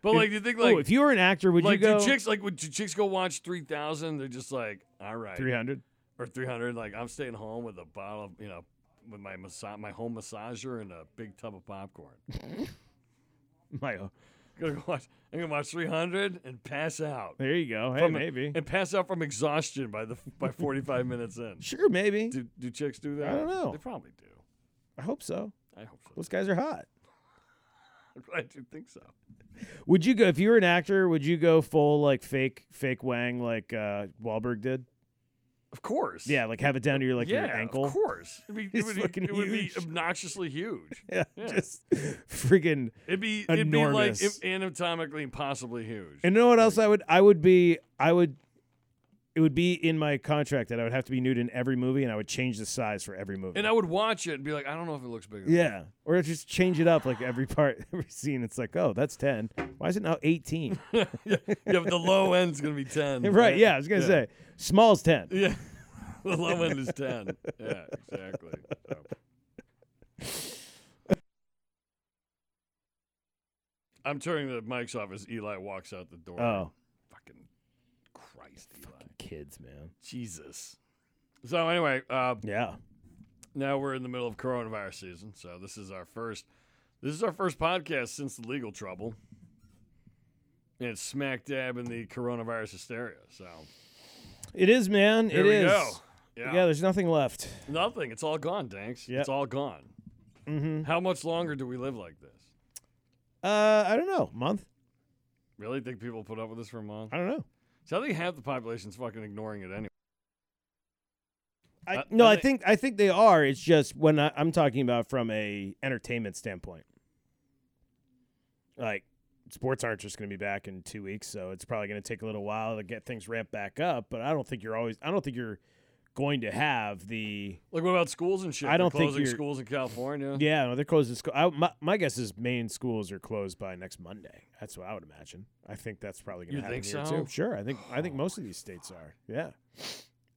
S1: But
S2: If-
S1: like, do you think like
S2: oh, if you were an actor, would
S1: like
S2: you go
S1: do chicks like would do chicks go watch three thousand? They're just like, all right,
S2: three hundred?
S1: or 300 like i'm staying home with a bottle of you know with my massa- my home massager and a big tub of popcorn
S2: My,
S1: gonna go watch i'm gonna watch 300 and pass out
S2: there you go. Hey,
S1: From a-
S2: maybe,
S1: and pass out from exhaustion by the by 45 minutes in
S2: sure, maybe.
S1: do, do chicks do that
S2: I don't know.
S1: they probably do
S2: I hope so.
S1: i hope so
S2: Those guys are hot.
S1: i do think so
S2: Would you go if you were an actor? Would you go full like fake fake Wang like uh Wahlberg did?
S1: of course
S2: Yeah, like have it down to your like
S1: yeah,
S2: your ankle.
S1: of course. It'd be, it
S2: It's
S1: would,
S2: fucking
S1: be, it would be
S2: huge.
S1: obnoxiously huge.
S2: Yeah,
S1: Yeah.
S2: just freaking.
S1: It'd be
S2: Enormous.
S1: it'd be like anatomically impossibly huge.
S2: And you know what else I would? I would be. I would. It would be in my contract that I would have to be nude in every movie, and I would change the size for every movie.
S1: and I would watch it and be like, I don't know if it looks big. enough.
S2: yeah, or just change it up like every part, every scene. It's like, oh, that's ten. Why is it now eighteen?
S1: yeah, yeah, but the low end's gonna be ten.
S2: right? Yeah, I was gonna say small's ten.
S1: Yeah, the low end is ten. Yeah, exactly. So. I'm turning the mics off as Eli walks out the door.
S2: Oh,
S1: fucking Christ, Eli,
S2: kids, man.
S1: Jesus. So anyway, uh,
S2: Yeah.
S1: now we're in the middle of coronavirus season, so this is our first. This is our first podcast since the legal trouble, and it's smack dab in the coronavirus hysteria. So
S2: It is, man.
S1: here
S2: it
S1: we
S2: is.
S1: go.
S2: Yeah. there's nothing left.
S1: Nothing. It's all gone, Danks.
S2: Yep.
S1: It's all gone.
S2: Mm-hmm.
S1: How much longer do we live like this?
S2: Uh, I don't know. Month?
S1: Really think people put up with this for a month?
S2: I don't know.
S1: So I think half the population's fucking ignoring it anyway.
S2: I,
S1: I-
S2: no,
S1: I
S2: I
S1: thi-
S2: think I think they are. It's just when I, I'm talking about from a entertainment standpoint. Like sports aren't just going to be back in two weeks, so it's probably going to take a little while to get things ramped back up. But I don't think you're always. I don't think you're going to have the.
S1: Like, what about schools and shit?
S2: I
S1: They're
S2: don't think
S1: closing
S2: you're-
S1: schools in California.
S2: Yeah, no, they're closing school. I, my, my guess is main schools are closed by next Monday. That's what I would imagine. I think that's probably going
S1: You
S2: to happen
S1: think
S2: here
S1: so? Oh,
S2: too. Sure, I think I think most of these states are. Yeah,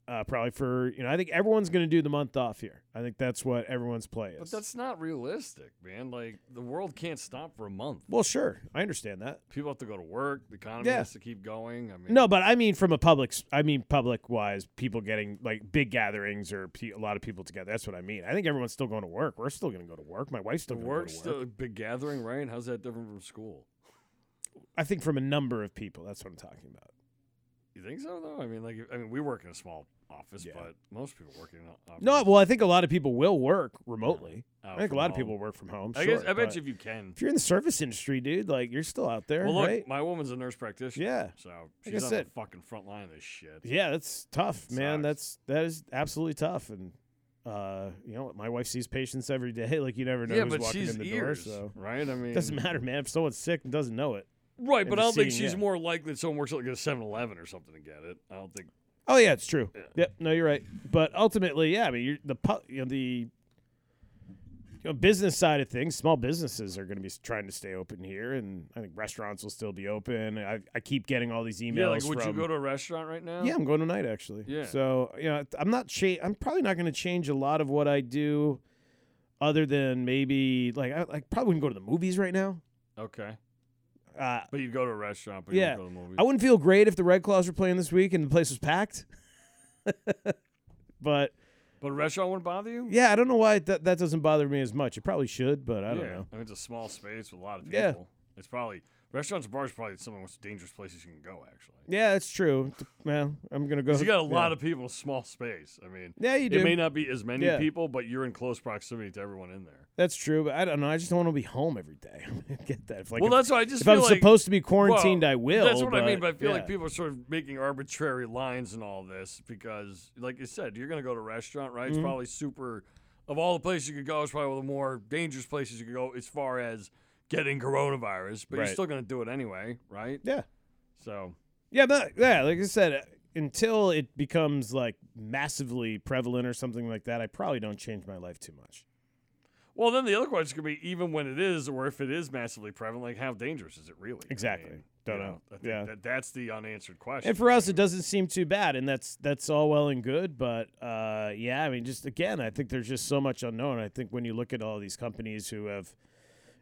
S2: uh, probably for you know. I think everyone's going to do the month off here. I think that's what everyone's play is.
S1: But that's not realistic, man. Like, the world can't stop for a month.
S2: well, sure, I understand that.
S1: People have to go to work. The economy
S2: Yeah.
S1: has to keep going. I mean,
S2: No, but I mean from a public, s- I mean public wise, people getting like big gatherings or pe- a lot of people together. That's what I mean. I think everyone's still going to work. We're still going to go to work. My wife's
S1: the
S2: still going to go
S1: work's
S2: to work.
S1: still a big gathering, right? How's that different from school?
S2: I think from a number of people. That's what I'm talking about.
S1: You think so, though? I mean, like, I mean, we work in a small office,
S2: Yeah.
S1: but most people work in an office.
S2: No, well, I think a lot of people will work remotely.
S1: out
S2: I think a
S1: Oh, from
S2: lot of
S1: home.
S2: people work from home.
S1: I,
S2: sure,
S1: guess, I bet
S2: but
S1: you if you can.
S2: if you're in the service industry, dude, like you're still out there,
S1: Well, look,
S2: right?
S1: my woman's a nurse practitioner.
S2: Yeah,
S1: So
S2: Like
S1: she's
S2: I
S1: on
S2: said-
S1: the fucking front line of this shit.
S2: yeah, that's tough,
S1: It
S2: man.
S1: sucks.
S2: That's that is absolutely tough, and uh, you know, my wife sees patients every day. Like you never know
S1: yeah,
S2: who's
S1: but
S2: walking
S1: she's
S2: in the
S1: ears,
S2: door, so
S1: right? I mean,
S2: it doesn't matter, man. If someone's sick and doesn't know it,
S1: right? But
S2: and
S1: I don't think
S2: seeing,
S1: she's
S2: yeah.
S1: more likely that someone works at like a 7-Eleven or something to get it. I don't think.
S2: oh yeah, it's true.
S1: Yeah.
S2: Yep, no, you're right. But ultimately, yeah, I mean, you're the pu- you know, the you know, business side of things, small businesses are going to be s- trying to stay open here, and I think restaurants will still be open. I, I keep getting all these emails.
S1: Yeah, like would
S2: from,
S1: you go to a restaurant right now?
S2: Yeah, I'm going tonight actually.
S1: Yeah.
S2: So you know, I'm not. Cha- I'm probably not going to change a lot of what I do, other than maybe like I like probably wouldn't go to the movies right now.
S1: Okay.
S2: Uh,
S1: But you'd go to a restaurant, but
S2: Yeah.
S1: you wouldn't go to movies.
S2: I wouldn't feel great if the Red Claws were playing this week and the place was packed. but
S1: but a restaurant wouldn't bother you?
S2: yeah, I don't know why that that doesn't bother me as much. It probably should, but I don't
S1: Yeah.
S2: know.
S1: I mean, it's a small space with a lot of people.
S2: Yeah.
S1: It's probably restaurants and bars are probably some of the most dangerous places you can go actually.
S2: Yeah, that's true. Well, I'm gonna go.
S1: 'Cause you got a lot
S2: yeah.
S1: of people in a small space. I mean,
S2: Yeah, you
S1: it
S2: do.
S1: may not be as many
S2: Yeah.
S1: people, but you're in close proximity to everyone in there.
S2: that's true, but I don't know. I just don't want to be home every day. I get that. If, like,
S1: well,
S2: if,
S1: that's why I just
S2: if
S1: feel
S2: I'm
S1: like
S2: supposed to be quarantined, I will.
S1: That's what I mean. But I feel
S2: yeah.
S1: like people are sort of making arbitrary lines and all this because, like you said, you're going to go to a restaurant, right?
S2: Mm-hmm.
S1: It's probably super. Of all the places you could go, it's probably one of the more dangerous places you could go as far as getting coronavirus. But
S2: Right.
S1: you're still going to do it anyway, right?
S2: Yeah,
S1: So
S2: yeah, but, yeah. Like I said, uh, until it becomes like massively prevalent or something like that, I probably don't change my life too much.
S1: Well, then the other question could be even when it is, or if it is massively prevalent, like how dangerous is it really? I
S2: Exactly.
S1: mean,
S2: Don't
S1: you
S2: know.
S1: I think
S2: Yeah.
S1: that, that's the unanswered question.
S2: And for us, it doesn't seem too bad, and that's that's all well and good. But uh, yeah, I mean, just again, I think there's just so much unknown. I think when you look at all these companies who have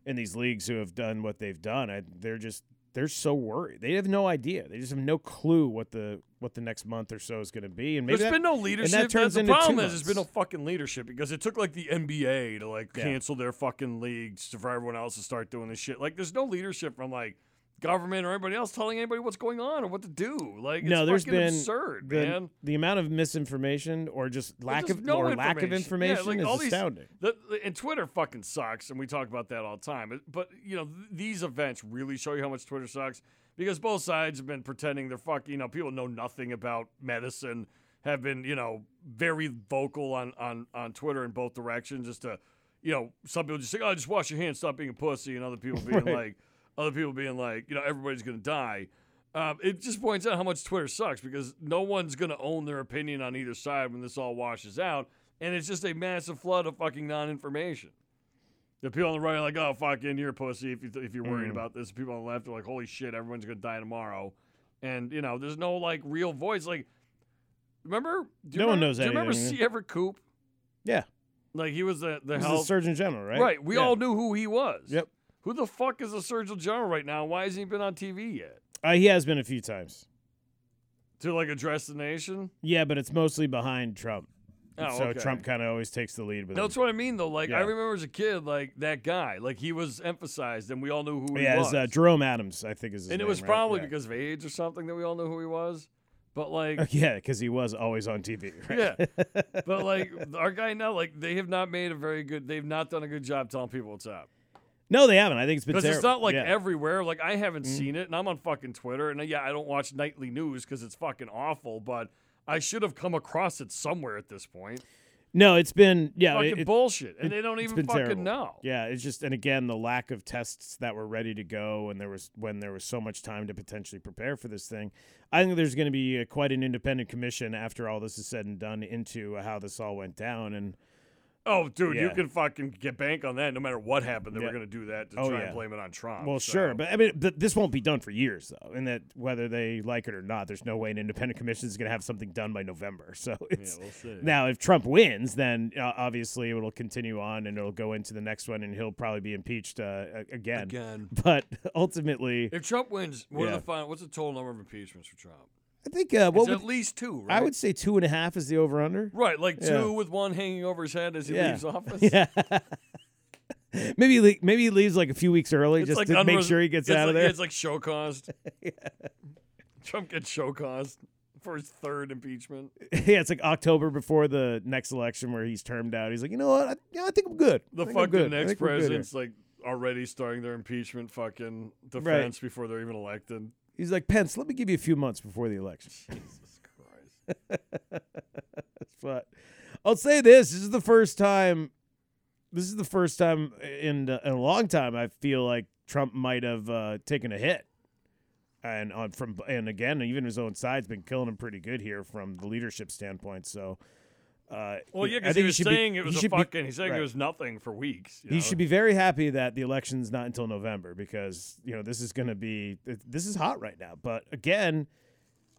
S2: in these leagues who have done what they've done, I, they're just they're so worried. They have no idea. They just have no clue what the what the next month or so is going to be. And maybe
S1: There's
S2: that-
S1: been no leadership. That's
S2: turns
S1: the
S2: into two
S1: problem is there's been no
S2: months.
S1: fucking leadership because it took like the NBA to like
S2: Yeah.
S1: cancel their fucking leagues to- for everyone else to start doing this shit. Like there's no leadership from like government or anybody else telling anybody what's going on or what to do. Like
S2: no,
S1: it's
S2: there's
S1: fucking
S2: been
S1: absurd,
S2: the,
S1: man.
S2: the amount of misinformation or just
S1: There's
S2: lack
S1: just
S2: of
S1: no
S2: or lack of
S1: information. Yeah,
S2: information
S1: like,
S2: is
S1: all these-
S2: astounding.
S1: The, the- and Twitter fucking sucks, and we talk about that all the time. It- But you know, th- these events really show you how much Twitter sucks because both sides have been pretending they're fucking. You know, people know nothing about medicine, have been you know very vocal on on on Twitter in both directions, just to you know, some people just say, "Oh, just wash your hands, stop being a pussy," and other people being
S2: Right.
S1: like, other people being like, you know, everybody's gonna die. Um, it just points out how much Twitter sucks because no one's gonna own their opinion on either side when this all washes out, and it's just a massive flood of fucking non-information. The people on the right are like, "Oh, fucking, you're a pussy if you if you're worried
S2: Mm.
S1: about this." The people on the left are like, "Holy shit, everyone's gonna die tomorrow," and you know, there's no like real voice. Like, remember? Do you
S2: No one
S1: remember-
S2: knows
S1: Do you remember
S2: anything.
S1: C. Everett Koop?
S2: Yeah.
S1: like he was the the
S2: This is the
S1: health
S2: Surgeon General, right?
S1: we
S2: Yeah.
S1: all knew who he was.
S2: Yep.
S1: Who the fuck is the Surgeon General right now? Why hasn't he been on TV yet
S2: Uh, he has been a few times.
S1: to like address the nation?
S2: Yeah, but it's mostly behind Trump.
S1: Oh,
S2: so
S1: okay.
S2: Trump kind of always takes the lead with
S1: That's what I mean, though. Like I
S2: Yeah.
S1: remember as a kid, like that guy, like he was emphasized, and we all knew who
S2: him.
S1: he
S2: Yeah,
S1: was.
S2: it's, uh, Jerome Adams, I think is his
S1: and it
S2: name,
S1: was
S2: right?
S1: probably
S2: Yeah.
S1: because of age or something that we all knew who he was. But like,
S2: Yeah, because he was always on TV, right?
S1: yeah. But like our guy now, like they have not made a very good. They've not done a good job telling people what's up.
S2: No, they haven't. I think it's been
S1: Because it's not
S2: terrible.
S1: like
S2: Yeah. Mm-hmm.
S1: everywhere. Like I haven't seen it, and I'm on fucking Twitter, and uh, yeah, I don't watch nightly news because it's fucking awful. But I should have come across it somewhere at this point.
S2: No, it's been yeah,
S1: fucking
S2: it, it,
S1: bullshit, and they don't
S2: has
S1: even
S2: been
S1: fucking
S2: terrible.
S1: know.
S2: Yeah, it's just and again the lack of tests that were ready to go, and there was when there was so much time to potentially prepare for this thing. I think there's going to be uh quite an independent commission after all this is said and done into how this all went down, and
S1: Oh, dude, you
S2: Yeah.
S1: can fucking get bank on that. No matter what happened, they
S2: Yeah.
S1: were gonna do that to
S2: Oh,
S1: try
S2: yeah.
S1: and blame it on Trump.
S2: Well,
S1: so-
S2: sure, but I mean, th- this won't be done for years though, and that whether they like it or not, there's no way an independent commission is going to have something done by November. So
S1: yeah,
S2: it's
S1: we'll see.
S2: now if Trump wins, then uh, obviously it'll continue on and it'll go into the next one, and he'll probably be impeached uh, a- again.
S1: Again,
S2: But ultimately,
S1: if Trump wins, what are
S2: Yeah.
S1: the final? What's the total number of impeachments for Trump?
S2: I think uh, what
S1: it's
S2: would,
S1: at least two, right?
S2: I would say two and a half is the over under.
S1: Right, like
S2: Yeah.
S1: two with one hanging over his head as he
S2: Yeah.
S1: leaves office.
S2: Yeah. Maybe he le- maybe he leaves like a few weeks early
S1: It's
S2: just
S1: like
S2: to make
S1: unres-
S2: sure he gets
S1: it's
S2: out of
S1: like-
S2: there.
S1: It's like show caused. Trump gets show caused for his third impeachment.
S2: yeah, it's like October before the next election where he's termed out. He's like, you know what? I, yeah, I think I'm good. I
S1: The
S2: think I'm
S1: fucking
S2: good. I
S1: next
S2: think we're good here."
S1: president's like already starting their impeachment fucking defense before they're even elected.
S2: He's like, Pence, let me give you a few months before the election.
S1: Jesus Christ.
S2: But I'll say this: this is the first time. This is the first time in in a long time I feel like Trump might have uh, taken a hit, and on from and again even his own side's been killing him pretty good here from the leadership standpoint. So Uh,
S1: Well, yeah,
S2: I
S1: because
S2: think
S1: he was
S2: should be-
S1: saying it was
S2: he
S1: a
S2: should be-
S1: fucking. he's saying
S2: right.
S1: it was nothing for weeks. you
S2: He
S1: know?
S2: should be very happy that the election's not until November because you know this is going to be th- this is hot right now. But again,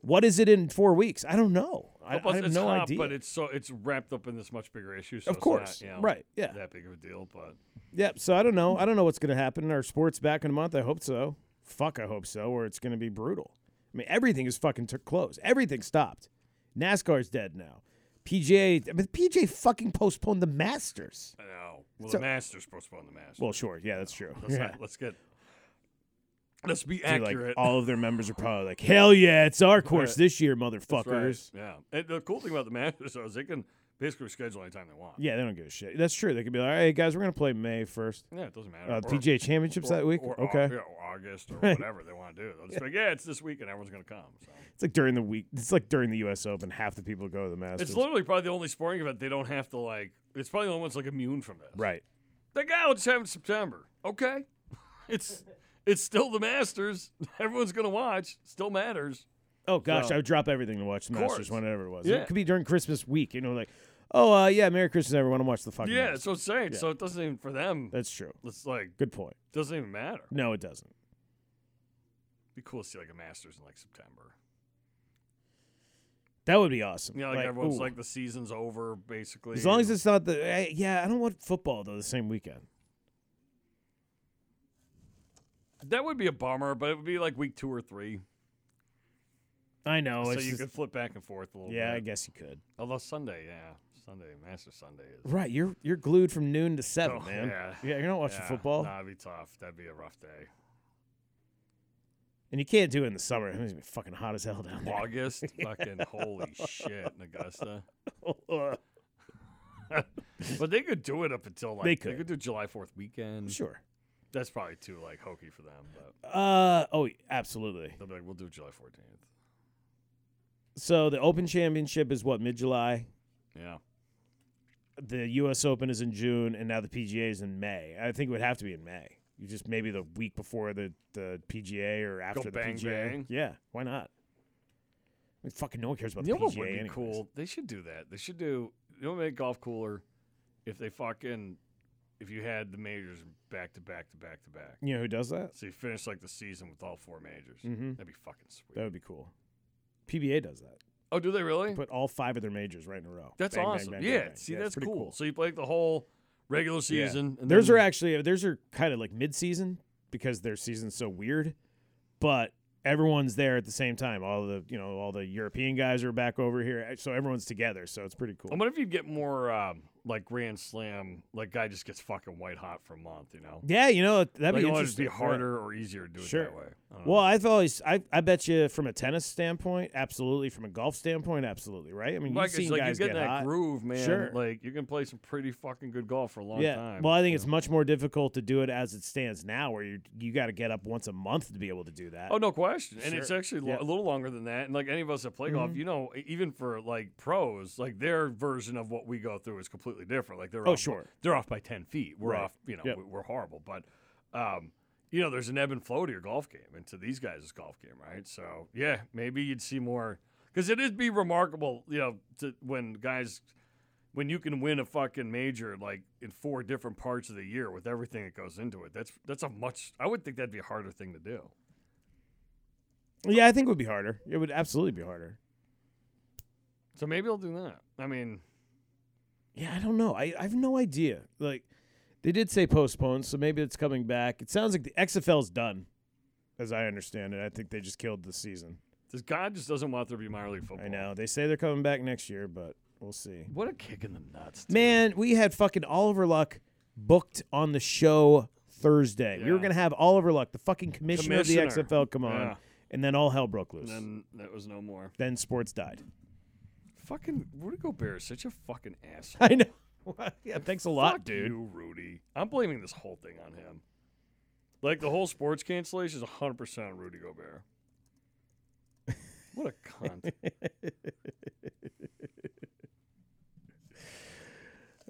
S2: what is it in four weeks? I don't know. I,
S1: Well, plus
S2: I have
S1: it's
S2: no
S1: hot,
S2: idea.
S1: Oh, But it's so it's wrapped up in this much bigger issue. So
S2: of
S1: it's
S2: course,
S1: not, you know,
S2: right? Yeah,
S1: That big of a deal, but
S2: yep. So I don't know. I don't know what's going to happen. Our sports back in a month. I hope so. Fuck, I hope so. Or it's going to be brutal. I mean, everything is fucking took close. Everything stopped. NASCAR's dead now. PGA, I mean, PJ fucking postponed the Masters.
S1: I know. Well,
S2: So-
S1: the Masters postponed the Masters.
S2: Well, sure, yeah, that's true.
S1: let's,
S2: Yeah.
S1: not- let's get. Let's be
S2: Dude, like,
S1: accurate.
S2: all of their members are probably like, "Hell yeah, it's our course
S1: Right.
S2: this year,
S1: That's right,
S2: motherfuckers."
S1: Yeah. And the cool thing about the Masters though, is they can basically schedule anytime they want.
S2: Yeah, they don't give a shit. That's true. They could be like, "All right, guys, we're gonna play May first,
S1: Yeah, it doesn't matter.
S2: uh,
S1: Or-
S2: PGA Championships
S1: or-
S2: that week."
S1: or Au-
S2: okay,
S1: yeah, or August or
S2: Right.
S1: whatever they want to do. They'll just be like, yeah, it's this week and everyone's going to come. So.
S2: it's like during the week. It's like during the U.S. Open, half the people go to the Masters.
S1: It's literally probably the only sporting event they don't have to like. It's probably the only one that's like immune from this.
S2: right.
S1: The guy will just have it in September. Okay, it's it's still the Masters. Everyone's gonna watch. Still matters.
S2: Oh gosh,
S1: So-
S2: I would drop everything to watch the
S1: Course.
S2: Masters whenever it was.
S1: Yeah.
S2: It could be during Christmas week, you know, like, "Oh uh, yeah, Merry Christmas, everyone. I'm watch the fucking."
S1: Yeah,
S2: Masters."
S1: that's what I'm saying.
S2: Yeah.
S1: So it doesn't even for them.
S2: that's true.
S1: It's like
S2: Good point.
S1: doesn't even matter.
S2: No, it doesn't.
S1: be cool to see like a Masters in like September.
S2: That would be awesome.
S1: Yeah, like, everyone's
S2: ooh.
S1: like the season's over basically.
S2: As long as
S1: and-
S2: it's not the I- yeah, I don't want football though the same weekend.
S1: that would be a bummer, but it would be like week two or three,
S2: I know.
S1: so
S2: Oh, it's
S1: you
S2: just-
S1: could flip back and forth a little
S2: yeah, I
S1: bit.
S2: guess you could.
S1: Although Sunday, yeah, Sunday Masters Sunday is.
S2: Right, you're you're glued from noon to seven,
S1: Oh,
S2: man.
S1: yeah.
S2: you're not watching
S1: Yeah,
S2: football,
S1: Nah, it'd be tough. That'd be a rough day.
S2: and you can't do it in the summer. It's gonna be fucking hot as hell down there.
S1: August, fucking holy shit, in Augusta. But they could do it up until like
S2: They
S1: they
S2: could.
S1: could, do July Fourth weekend.
S2: sure.
S1: That's probably too like hokey for them, but
S2: Uh oh, absolutely.
S1: they'll be like, we'll do July Fourteenth.
S2: So the Open Championship is what mid July.
S1: Yeah,
S2: The U.S. Open is in June, and now the PGA is in May. I think it would have to be in May. You just maybe the week before the the PGA or after the
S1: bang,
S2: PGA.
S1: bang.
S2: Yeah, why not? I mean, fucking no one cares about
S1: you know
S2: the
S1: what
S2: PGA.
S1: would be
S2: anyways.
S1: cool? They should do that. They should do. You know, what would make golf cooler if they fucking if you had the majors back to back to back to back.
S2: You know who does that?
S1: So you finish like the season with all four majors.
S2: Mm-hmm.
S1: That'd be fucking sweet.
S2: That would be cool. PBA does that.
S1: oh, do they really?
S2: put all five of their majors right in a row.
S1: That's
S2: Bang, bang,
S1: awesome.
S2: bang, bang,
S1: yeah,
S2: bang.
S1: see,
S2: it's
S1: that's
S2: pretty
S1: cool. So you play the whole regular season. And
S2: Theirs
S1: then-
S2: are actually theirs are kind of like mid-season because their season's so weird, but everyone's there at the same time. All the you know all the European guys are back over here, eh, so everyone's together. So it's pretty
S1: I
S2: cool.
S1: wonder if you'd get more um, like Grand Slam, like guy just gets fucking white hot for a month, you know?
S2: Yeah, you know that'd
S1: Like,
S2: be
S1: it would just
S2: interesting.
S1: be
S2: Yeah.
S1: harder uh, or easier to do it
S2: Sure.
S1: that way. I don't know.
S2: Well, I've always I, I bet you from a tennis standpoint, absolutely. From a golf standpoint, absolutely. Right? I mean,
S1: like,
S2: you've
S1: it's
S2: seen
S1: like you
S2: guys
S1: get in
S2: get
S1: that
S2: hot.
S1: groove, man.
S2: Sure.
S1: Like you can play some pretty fucking good golf for a long
S2: yeah.
S1: time.
S2: Well, I think it's much more difficult to do it as it stands now, where you you got to get up once a month to be able to do that.
S1: Oh no question, and it's
S2: Sure.
S1: actually lo-
S2: Yeah. Mm-hmm.
S1: a little longer than that. And like any of us that play golf, you know, e- even for like pros, like their version of what we go through is completely different. Like they're
S2: Oh,
S1: off by-
S2: sure.
S1: they're off by ten feet. We're
S2: Right.
S1: off, you know,
S2: Yep.
S1: we- we're horrible. But um, you know, there's an ebb and flow to your golf game, and to these guys, it's golf game, right? So yeah, maybe you'd see more because it'd be remarkable, you know, to, when guys. When you can win a fucking major like in four different parts of the year with everything that goes into it, that's that's a much I would think that'd be a harder thing to do.
S2: Yeah, I think it would be harder. It would absolutely be harder.
S1: So maybe I'll do that. I mean,
S2: Yeah, I don't know. I, I have no idea. Like, they did say postponed, so maybe it's coming back. It sounds like the XFL's done, as I understand it. I think they just killed the season.
S1: this God just doesn't want there to be minor league football.
S2: I know. They say they're coming back next year, but we'll see.
S1: What a kick in the nuts, dude.
S2: Man, we had fucking Oliver Luck booked on the show Thursday. We were
S1: Yeah.
S2: going to have Oliver Luck, the fucking commissioner, of the
S1: Commissioner.
S2: XFL, come on,
S1: Yeah.
S2: and then all hell broke loose.
S1: And then that was no more.
S2: then sports died.
S1: Fucking Rudy Gobert is such a fucking asshole.
S2: I know. yeah, thanks a lot,
S1: Fuck
S2: dude.
S1: you, Rudy. I'm blaming this whole thing on him. Like the whole sports cancellation is 100 percent on Rudy Gobert. What a cunt.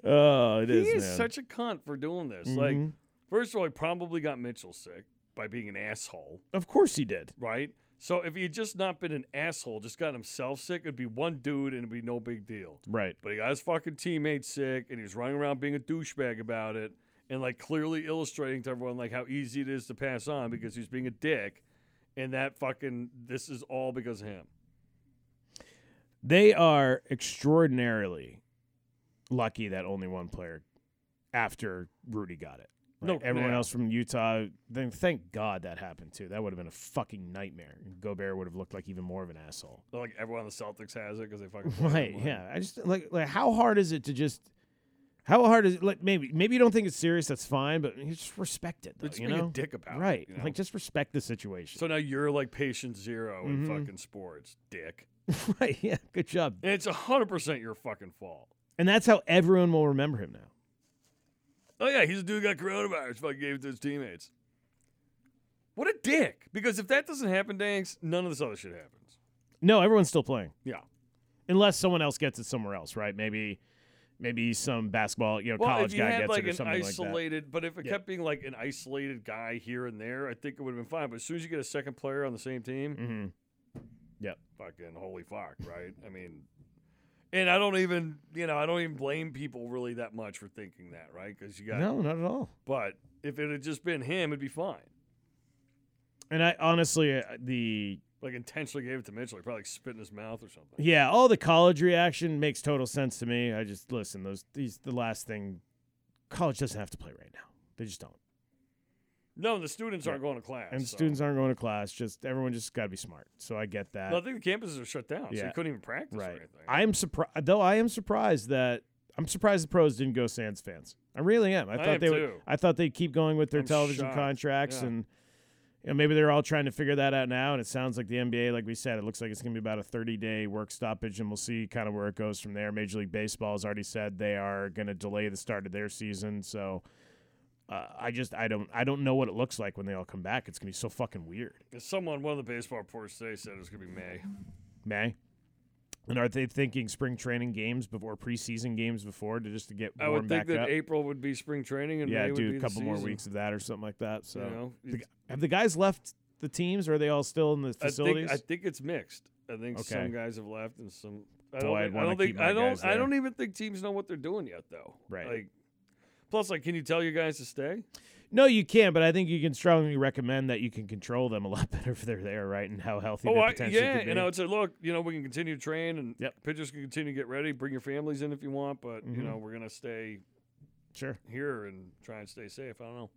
S2: Oh, it
S1: he
S2: is.
S1: is
S2: man.
S1: such a cunt for doing this. Like,
S2: Mhm.
S1: first of all, he probably got Mitchell sick by being an asshole,
S2: Of course he did.
S1: right? So if he had just not been an asshole, just got himself sick, it'd be one dude and it'd be no big deal.
S2: Right.
S1: But he got his fucking teammate sick and he was running around being a douchebag about it and like clearly illustrating to everyone like how easy it is to pass on because he's being a dick and that fucking this is all because of him.
S2: They are extraordinarily lucky that only one player after Rudy got it.
S1: No,
S2: Like, everyone
S1: yeah.
S2: else from Utah. Then thank God that happened too. That would have been a fucking nightmare. Gobert would have looked like even more of an asshole.
S1: Like everyone on the Celtics has it because they fucking play
S2: Right.
S1: them, like-
S2: Yeah. I just like like how hard is it to just how hard is it like maybe maybe you don't think it's serious, that's fine, but you just respect it though,
S1: Just
S2: you
S1: being
S2: know?
S1: a dick about it,
S2: right.
S1: you know?
S2: Like just respect the situation.
S1: so now you're like patient 0 in
S2: Mhm.
S1: fucking sports, dick.
S2: right, yeah. Good job.
S1: And it's hundred percent your fucking fault.
S2: And that's how everyone will remember him now.
S1: Oh yeah, he's a dude who got coronavirus. Fucking gave it to his teammates. What a dick! Because if that doesn't happen, Danks, none of this other shit happens.
S2: No, everyone's still playing.
S1: Yeah.
S2: Unless someone else gets it somewhere else, right? Maybe maybe some basketball, you know,
S1: well,
S2: college
S1: if you
S2: guy
S1: had
S2: gets
S1: like
S2: it or
S1: an
S2: something like
S1: isolated, but if it
S2: Yeah.
S1: kept being like an isolated guy here and there, I think it would have been fine. But as soon as you get a second player on the same team,
S2: that. Mhm.
S1: fucking holy fuck, right? I mean, and I don't even, you know, I don't even blame people really that much for thinking that, right? Because you got,
S2: No, not at all.
S1: but if it had just been him, it'd be fine.
S2: And I honestly uh, the
S1: Like intentionally gave it to Mitchell, he probably like spit in his mouth or something.
S2: Yeah, all the college reaction makes total sense to me. I just listen, those these the last thing college doesn't have to play right now. They just don't.
S1: No, the students aren't going to class,
S2: And
S1: so-
S2: students aren't going to class, just everyone just got to be smart. So I get that.
S1: No, I think the campuses are shut down, so
S2: Yeah.
S1: you couldn't even practice or
S2: Right.
S1: anything.
S2: I'm surprised though I am surprised that I'm surprised the pros didn't go Sans fans. I really am. I
S1: I
S2: thought
S1: am
S2: they would
S1: too.
S2: I thought they'd keep going with their
S1: I'm
S2: television
S1: shocked.
S2: contracts
S1: Yeah.
S2: and you know, maybe they're all trying to figure that out now and it sounds like the NBA like we said it looks like it's going to be about a 30-day work stoppage and we'll see kind of where it goes from there. Major League Baseball has already said they are going to delay the start of their season, so uh, I just I don't I don't know what it looks like when they all come back. It's going to be so fucking weird.
S1: Someone, one of the baseball reporters today said it was going to be May.
S2: May. And are they thinking spring training games before preseason games before to just to get
S1: I
S2: warm
S1: would think
S2: back
S1: that
S2: up?
S1: April would be spring training and
S2: yeah,
S1: May would
S2: do
S1: be
S2: a
S1: the
S2: couple more
S1: season,
S2: weeks of that or something like that. So
S1: You know,
S2: The
S1: It's-
S2: have the guys left the teams? Or are they all still in the
S1: I
S2: facilities?
S1: think, I think it's mixed. I think
S2: Okay.
S1: some guys have left and some. I
S2: Boy,
S1: don't.
S2: I'd
S1: think- I
S2: wanna
S1: don't think.
S2: keep my
S1: I
S2: guys
S1: don't. I
S2: there.
S1: don't even think teams know what they're doing yet, though.
S2: Right.
S1: Like, plus, like, can you tell your guys to stay?
S2: no, you can't. But I think you can strongly recommend that you can control them a lot better if they're there, right? And how healthy
S1: Oh,
S2: they
S1: I,
S2: potentially
S1: yeah.
S2: could be.
S1: And I would say, look, you know, we can continue to train, and
S2: Yep.
S1: pitchers can continue to get ready. Bring your families in if you want, but
S2: Mhm.
S1: you know, we're gonna stay
S2: sure.
S1: here and try and stay safe. I don't know.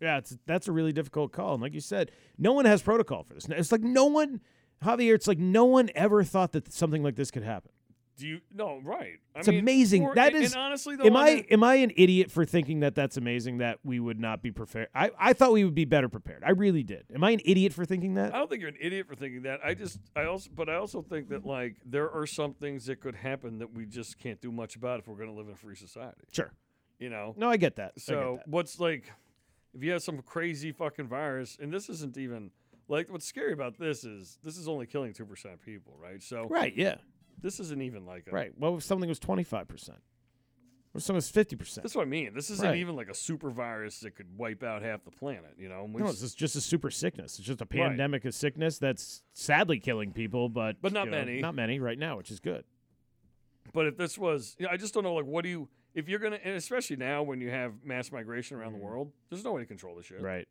S2: Yeah, it's, that's a really difficult call. And like you said, no one has protocol for this. It's like no one, Javier. It's like no one ever thought that something like this could happen.
S1: Do you? No, right. I
S2: It's amazing.
S1: or-
S2: That
S1: and-
S2: is-
S1: And honestly, though,
S2: Am
S1: on
S2: I
S1: that-
S2: am I an idiot for thinking that that's amazing that we would not be prepared? I, I thought we would be better prepared. I really did. Am I an idiot for thinking
S1: I
S2: that?
S1: don't think you're an idiot for thinking that. I just, I also, but I also think that like there are some things that could happen that we just can't do much about if we're gonna live in a free society.
S2: Sure.
S1: You know.
S2: No, I get that. I get
S1: So
S2: that.
S1: what's like if you have some crazy fucking virus and this isn't even like what's scary about this is this is only killing 2% of people, right? So
S2: right, yeah,
S1: this isn't even like a,
S2: right. What if something was twenty five percent? What if something was fifty percent?
S1: That's what I mean. This isn't
S2: Right.
S1: even like a super virus that could wipe out half the planet, you know? And we
S2: No,
S1: s-
S2: it's just, just a super sickness. It's just a pandemic of sickness that's sadly killing people, but
S1: But not
S2: you know,
S1: many.
S2: not many right now, which is good.
S1: But if this was, you know, I just don't know. Like, what do you, if you're going to, and especially now when you have mass migration around
S2: Mhm.
S1: the world, there's no way to control this shit.
S2: Right.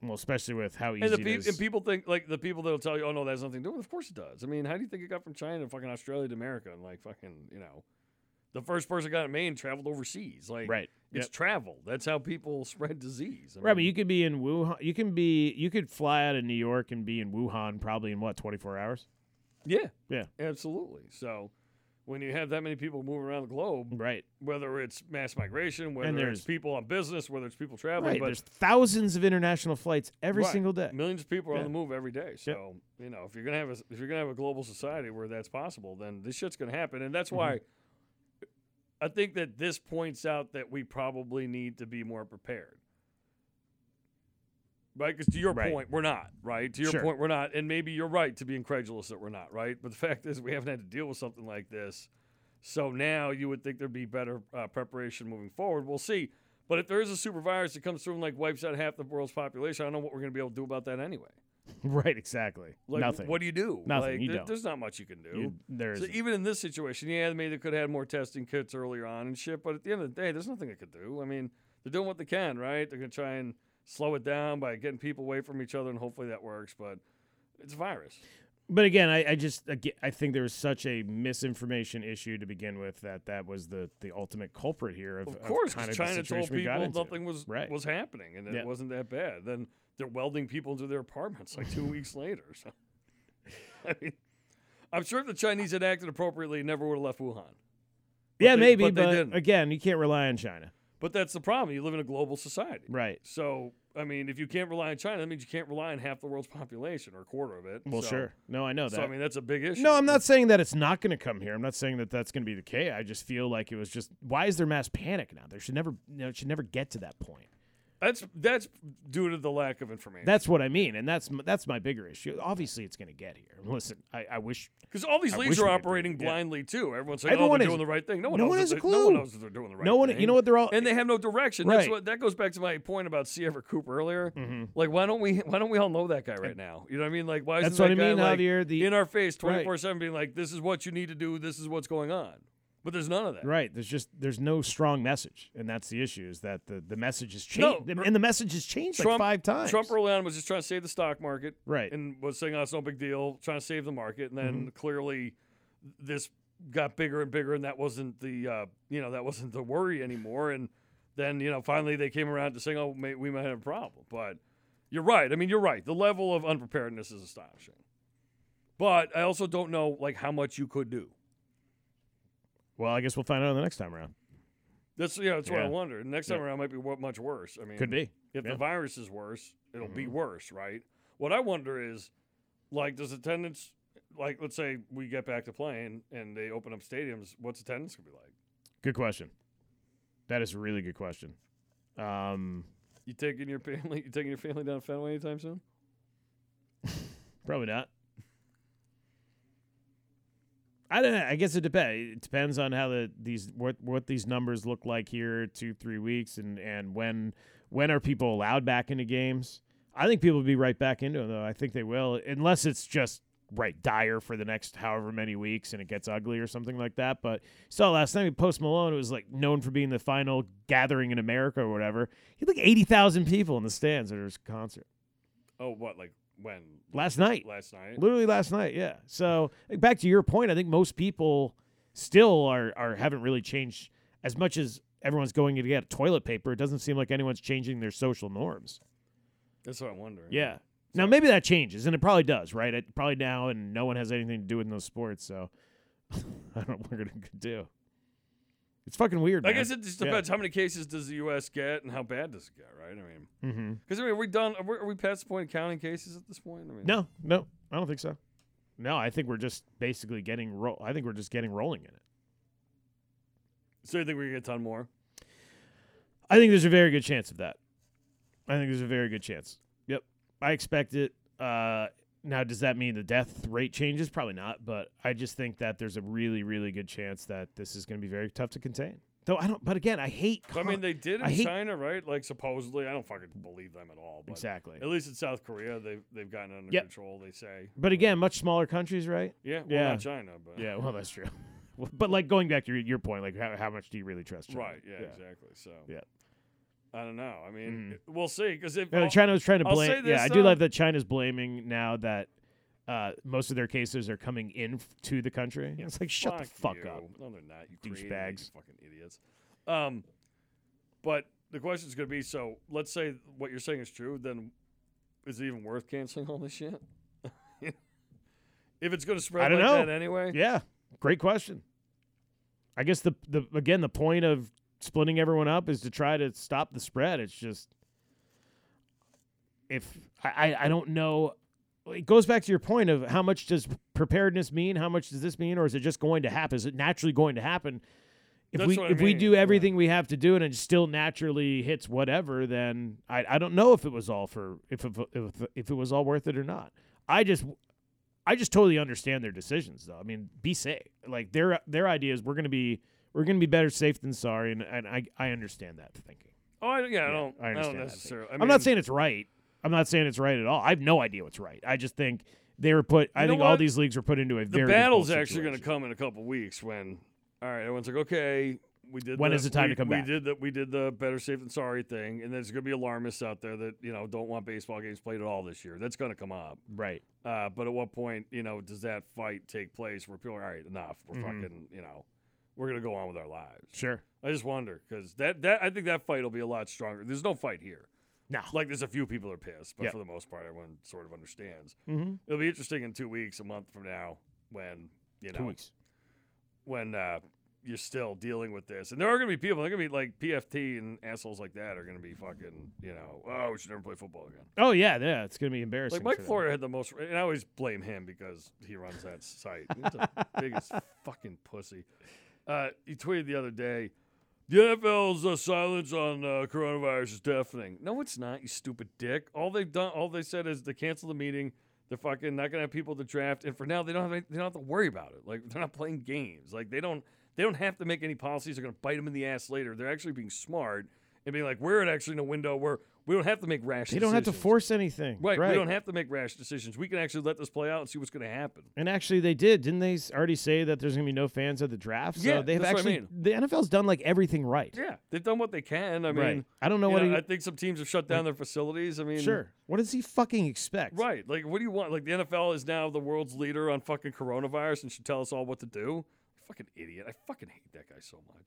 S2: Well, especially with how easy
S1: And, the
S2: it
S1: pe-
S2: is.
S1: and people think, like, the people that'll tell you, oh, no, that has nothing to do with it. Of course it does. I mean, how do you think it got from China to fucking Australia to America? And, like, fucking, you know, the first person got it in Maine traveled overseas. Like,
S2: right.
S1: it's travel. That's how people spread disease. I
S2: Right, but you could be in Wuhan. You can be. You could fly out of New York and be in Wuhan probably in what twenty four hours.
S1: yeah.
S2: Yeah.
S1: Absolutely. So when you have that many people moving around the globe,
S2: Right.
S1: whether it's mass migration, whether
S2: there's-
S1: it's people on business, whether it's people traveling,
S2: Right.
S1: but
S2: There's thousands of international flights every
S1: Right. Mm.
S2: single day.
S1: millions of people are on
S2: Yeah.
S1: the move every day. So you know, if you're gonna have a, if you're gonna have a global society where that's possible, then this shit's gonna happen, and that's
S2: Mhm.
S1: why I think that this points out that we probably need to be more prepared. Right, because to your
S2: Right.
S1: point, we're not. Right, to your
S2: Sure.
S1: point, we're not, and maybe you're right to be incredulous that we're not. Right, but the fact is, we haven't had to deal with something like this, so now you would think there'd be better uh, preparation moving forward. We'll see. But if there is a super virus that comes through and like wipes out half the world's population, I don't know what we're going to be able to do about that anyway.
S2: right, exactly.
S1: Like,
S2: Nothing.
S1: What do you do?
S2: Nothing,
S1: Like,
S2: you
S1: there-
S2: don't.
S1: There's not much you can do.
S2: You- there
S1: So e
S2: is
S1: even in this situation, yeah, maybe they could have had more testing kits earlier on and shit. But at the end of the day, there's nothing they could do. I mean, they're doing what they can, right? They're gonna try and slow it down by getting people away from each other, and hopefully that works. But it's a virus.
S2: But again, I, I just aga I think there was such a misinformation issue to begin with that that was the the ultimate culprit here. Of,
S1: Of course,
S2: kind
S1: 'cause
S2: of the
S1: China told
S2: situation we got
S1: people
S2: into.
S1: nothing was
S2: Right.
S1: was happening, and it
S2: Yeah.
S1: wasn't that bad. Then they're welding people into their apartments like two weeks later. So, I mean, I'm sure if the Chinese had acted appropriately, it never would have left Wuhan.
S2: Yeah,
S1: they-
S2: maybe,
S1: but
S2: but,
S1: they didn't.
S2: again, you can't rely on China.
S1: But that's the problem. You live in a global society.
S2: Right.
S1: So, I mean, if you can't rely on China, that means you can't rely on half the world's population or a quarter of it.
S2: Well,
S1: So-
S2: sure. No, I know that.
S1: So, I mean, that's a big issue.
S2: no, I'm not saying that it's not going to come here. I'm not saying that that's going to be the case. I just feel like it was just why is there mass panic now? There should never, you know, it should never get to that point.
S1: That's that's due to the lack of information.
S2: That's what I mean, and that's m- that's my bigger issue. Obviously, it's going to get here. Listen, I, I wish
S1: Because all these
S2: I
S1: leagues
S2: wish
S1: are
S2: we could do
S1: operating
S2: it, yeah.
S1: blindly too. Everyone's saying, "Oh,
S2: Everyone
S1: they're
S2: is-
S1: doing the right thing." No one,
S2: no
S1: knows
S2: one
S1: that
S2: has a
S1: they- No one
S2: clue.
S1: knows that they're doing the right.
S2: no one.
S1: thing.
S2: You know what? They're all
S1: and they have no direction. That's
S2: Right. Mm-hmm.
S1: what that goes back to my point about C. Everett Cooper earlier. Like, why don't we? Why don't we all know that guy right now? You know what I mean? Like, why isn't
S2: That's what
S1: that
S2: I mean,
S1: guy like,
S2: Javier, the-
S1: in our face twenty four seven, being like, "This is what you need to do. This is what's going on." But there's none of that.
S2: Right. There's just there's no strong message, and that's the issue is that the the message has
S1: No, er,
S2: changed, and the message has changed like five times.
S1: Trump early on was just trying to save the stock market,
S2: Right. Mm-hmm.
S1: And was saying, "Oh, it's no big deal," trying to save the market, and then clearly this got bigger and bigger, and that wasn't the uh, you know that wasn't the worry anymore. And then you know finally they came around to saying, "Oh, may, we might have a problem." But you're right. I mean, you're right. The level of unpreparedness is astonishing. But I also don't know like how much you could do.
S2: well, I guess we'll find out the next time around.
S1: That's yeah, that's what I
S2: Yeah.
S1: wonder. Next time
S2: Yeah.
S1: around might be wo- much worse. I mean,
S2: Could be.
S1: If
S2: Yeah.
S1: the virus is worse, it'll be worse, right? What I wonder is, like, does attendance, like, let's say we get back to playing and they open up stadiums, what's attendance gonna be like?
S2: Good question. That is a really good question. Um,
S1: You taking your family? You taking your family down Fenway anytime soon?
S2: probably not. I don't know. I guess it depends. It depends on how the these what what these numbers look like here two three weeks and and when when are people allowed back into games. I think people will be right back into them though. I think they will unless it's just right dire for the next however many weeks and it gets ugly or something like that. But saw last night Post Malone it was like known for being the final gathering in America or whatever. He had like eighty thousand people in the stands at his concert
S1: Oh, what? Like when?
S2: last night
S1: Last night?
S2: literally last night yeah so like, back to your point i think most people still are, are haven't really changed as much as everyone's going to get toilet paper it doesn't seem like anyone's changing their social norms
S1: That's what I'm wondering.
S2: yeah now maybe that changes and it probably does right it probably now and no one has anything to do with those sports so i don't know what we're gonna do it's fucking weird
S1: I
S2: man.
S1: guess it just
S2: Yeah.
S1: depends. How many cases does the U.S. get, and how bad does it get? Right? I mean,
S2: mm-hmm.
S1: because I mean, are we done? Are we, are we past the point of counting cases at this point? I mean,
S2: no no i don't think so no i think we're just basically getting roll i think we're just getting rolling in it
S1: So you think we're gonna get a ton more?
S2: I think there's a very good chance of that. I think there's a very good chance. Yep. I expect it. Uh, now, does that mean the death rate changes? Probably not, but I just think that there's a really, really good chance that this is going to be very tough to contain. Though I don't, but again, I hate.
S1: I mean,
S2: con-
S1: they did in
S2: I hate-
S1: China, right? Like supposedly, I don't fucking believe them at all. But
S2: exactly.
S1: At least in South Korea, they've they've gotten under
S2: Yep.
S1: control. They say,
S2: But again, much smaller countries, right?
S1: yeah, well,
S2: Yeah.
S1: not China, but
S2: Yeah, well, that's true. Well, but like going back to your, your point, like how, how much do you really trust China?
S1: right, yeah, exactly. So,
S2: Yeah.
S1: I don't know. I mean, we'll see. Because if
S2: Yeah,
S1: all-
S2: like China was trying to
S1: I'll say
S2: blame.
S1: this,
S2: Yeah, I do
S1: uh,
S2: love that China's blaming now that uh, most of their cases are coming in f- to the country. it's like shut the fuck
S1: "Oh, you.
S2: up.
S1: No, they're not. You created it,
S2: douchebags.
S1: You fucking idiots. Um, but the question's going to be: so let's say what you're saying is true, then is it even worth canceling all this shit? if it's going to spread
S2: don't
S1: like
S2: know.
S1: that anyway,
S2: Yeah, great question. I guess the the again the point of splitting everyone up is to try to stop the spread. It's just if I I, I don't know. It goes back to your point of how much does preparedness mean? How much does this mean, or is it just going to happen? Is it naturally going to happen? If
S1: That's
S2: we
S1: what I
S2: if we
S1: mean,
S2: do
S1: yeah.
S2: everything we have to do and it still naturally hits whatever, then I, I don't know if it was all for if, if if if it was all worth it or not. I just I just totally understand their decisions though. I mean, be safe. Like their their idea is we're gonna be we're gonna be better safe than sorry, and, and I I understand that thinking.
S1: Oh, I, yeah, I don't.
S2: Yeah, I
S1: I, don't
S2: understand that.
S1: necessarily. I
S2: I am not
S1: mean,
S2: saying it's right. I'm not saying it's right at all. I have no idea what's right. I just think they were put. I
S1: know
S2: think
S1: what?
S2: all these leagues were put into a
S1: The
S2: very
S1: battle's
S2: difficult
S1: actually going to
S2: situation.
S1: come in a couple weeks when, all right, everyone's like, okay, we did.
S2: When
S1: the,
S2: is the time
S1: we-
S2: to come
S1: we
S2: back?
S1: Did the, we did the better safe than sorry thing, and there's going to be alarmists out there that you know don't want baseball games played at all this year. That's going to come up.
S2: right.
S1: Uh, but at what point, you know, does that fight take place where people are all right, enough, we're
S2: Mhm.
S1: fucking, you know, we're gonna go on with our lives.
S2: Sure.
S1: I just wonder because that that I think that fight will be a lot stronger. There's no fight here.
S2: No.
S1: Like there's a few people that are pissed, but
S2: Yeah.
S1: for the most part, everyone sort of understands.
S2: mm-hmm.
S1: It'll be interesting in two weeks, a month from now, when you know
S2: Two weeks.
S1: when uh, you're still dealing with this. And there are going to be people. They're going to be like PFT and assholes like that are going to be fucking. You know, oh, we should never play football again.
S2: Oh yeah, yeah. It's gonna be embarrassing.
S1: Like Mike
S2: for them.
S1: Florio had the most, and I always blame him because he runs that site. He's the biggest fucking pussy. Uh, he tweeted the other day, "The NFL's uh, silence on uh, coronavirus is deafening." No, it's not. You stupid dick. All they've done, all they said is they canceled the meeting. They're fucking not gonna have people to draft, and for now they don't have any, they don't have to worry about it. Like they're not playing games. Like they don't they don't have to make any policies that are gonna bite them in the ass later. They're actually being smart and being like, we're actually in a window where we don't have to make rash.
S2: They don't have to
S1: decisions."
S2: force anything.
S1: Right, We don't have to make rash decisions. We can actually let this play out and see what's going to happen.
S2: And actually, they did. Didn't they s- already say that there's going to be no fans at the draft? So
S1: Yeah,
S2: they've
S1: that's what I
S2: actually,
S1: mean.
S2: the NFL's done like everything right.
S1: Yeah, they've done what they can. I mean,
S2: right. I don't know
S1: you
S2: what
S1: know,
S2: he.
S1: I think some teams have shut down their facilities. I mean,
S2: sure. What does he fucking expect?
S1: right? Like, what do you want? Like, the NFL is now the world's leader on fucking coronavirus and should tell us all what to do. Fucking idiot! I fucking hate that guy so much.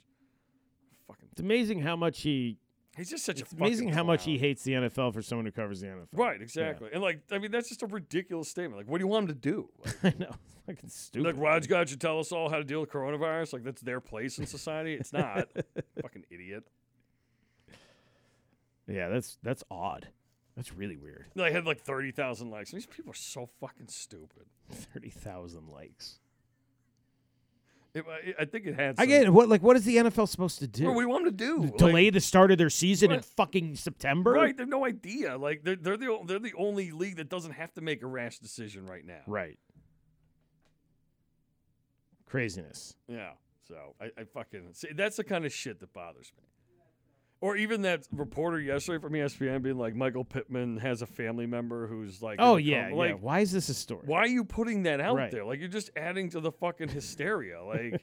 S1: Fucking,
S2: It's amazing how much he.
S1: he's just such
S2: It's
S1: a.
S2: amazing
S1: fucking
S2: how much
S1: clown.
S2: he hates the NFL for someone who covers the NFL.
S1: Right, exactly. And like, I mean, that's just a ridiculous statement. Like, what do you want him to do? Like,
S2: I know. It's fucking stupid.
S1: Like Raj God should tell us all how to deal with coronavirus. Like that's their place in society. It's not. Fucking idiot.
S2: Yeah, that's that's odd. That's really weird.
S1: They had like thirty thousand likes. These people are so fucking stupid.
S2: Thirty thousand likes.
S1: It, I- I think it had. Some,
S2: Again, what like what is the NFL supposed to do?
S1: What do we want 'em to do? Like,
S2: Delay the start of their season in
S1: Right.
S2: fucking September?
S1: Right. They have no idea. Like they're they're the o- they're the only league that doesn't have to make a rash decision right now.
S2: Right. Craziness.
S1: Yeah. So I, I fucking see. That's the kind of shit that bothers me. Or even that reporter yesterday from E ESPN being like, Michael Pittman has a family member who's like, in
S2: Oh
S1: the
S2: yeah,
S1: coma."
S2: yeah.
S1: like
S2: Why is this a story?
S1: Why are you putting that out
S2: Right.
S1: there? Like you're just adding to the fucking hysteria. Like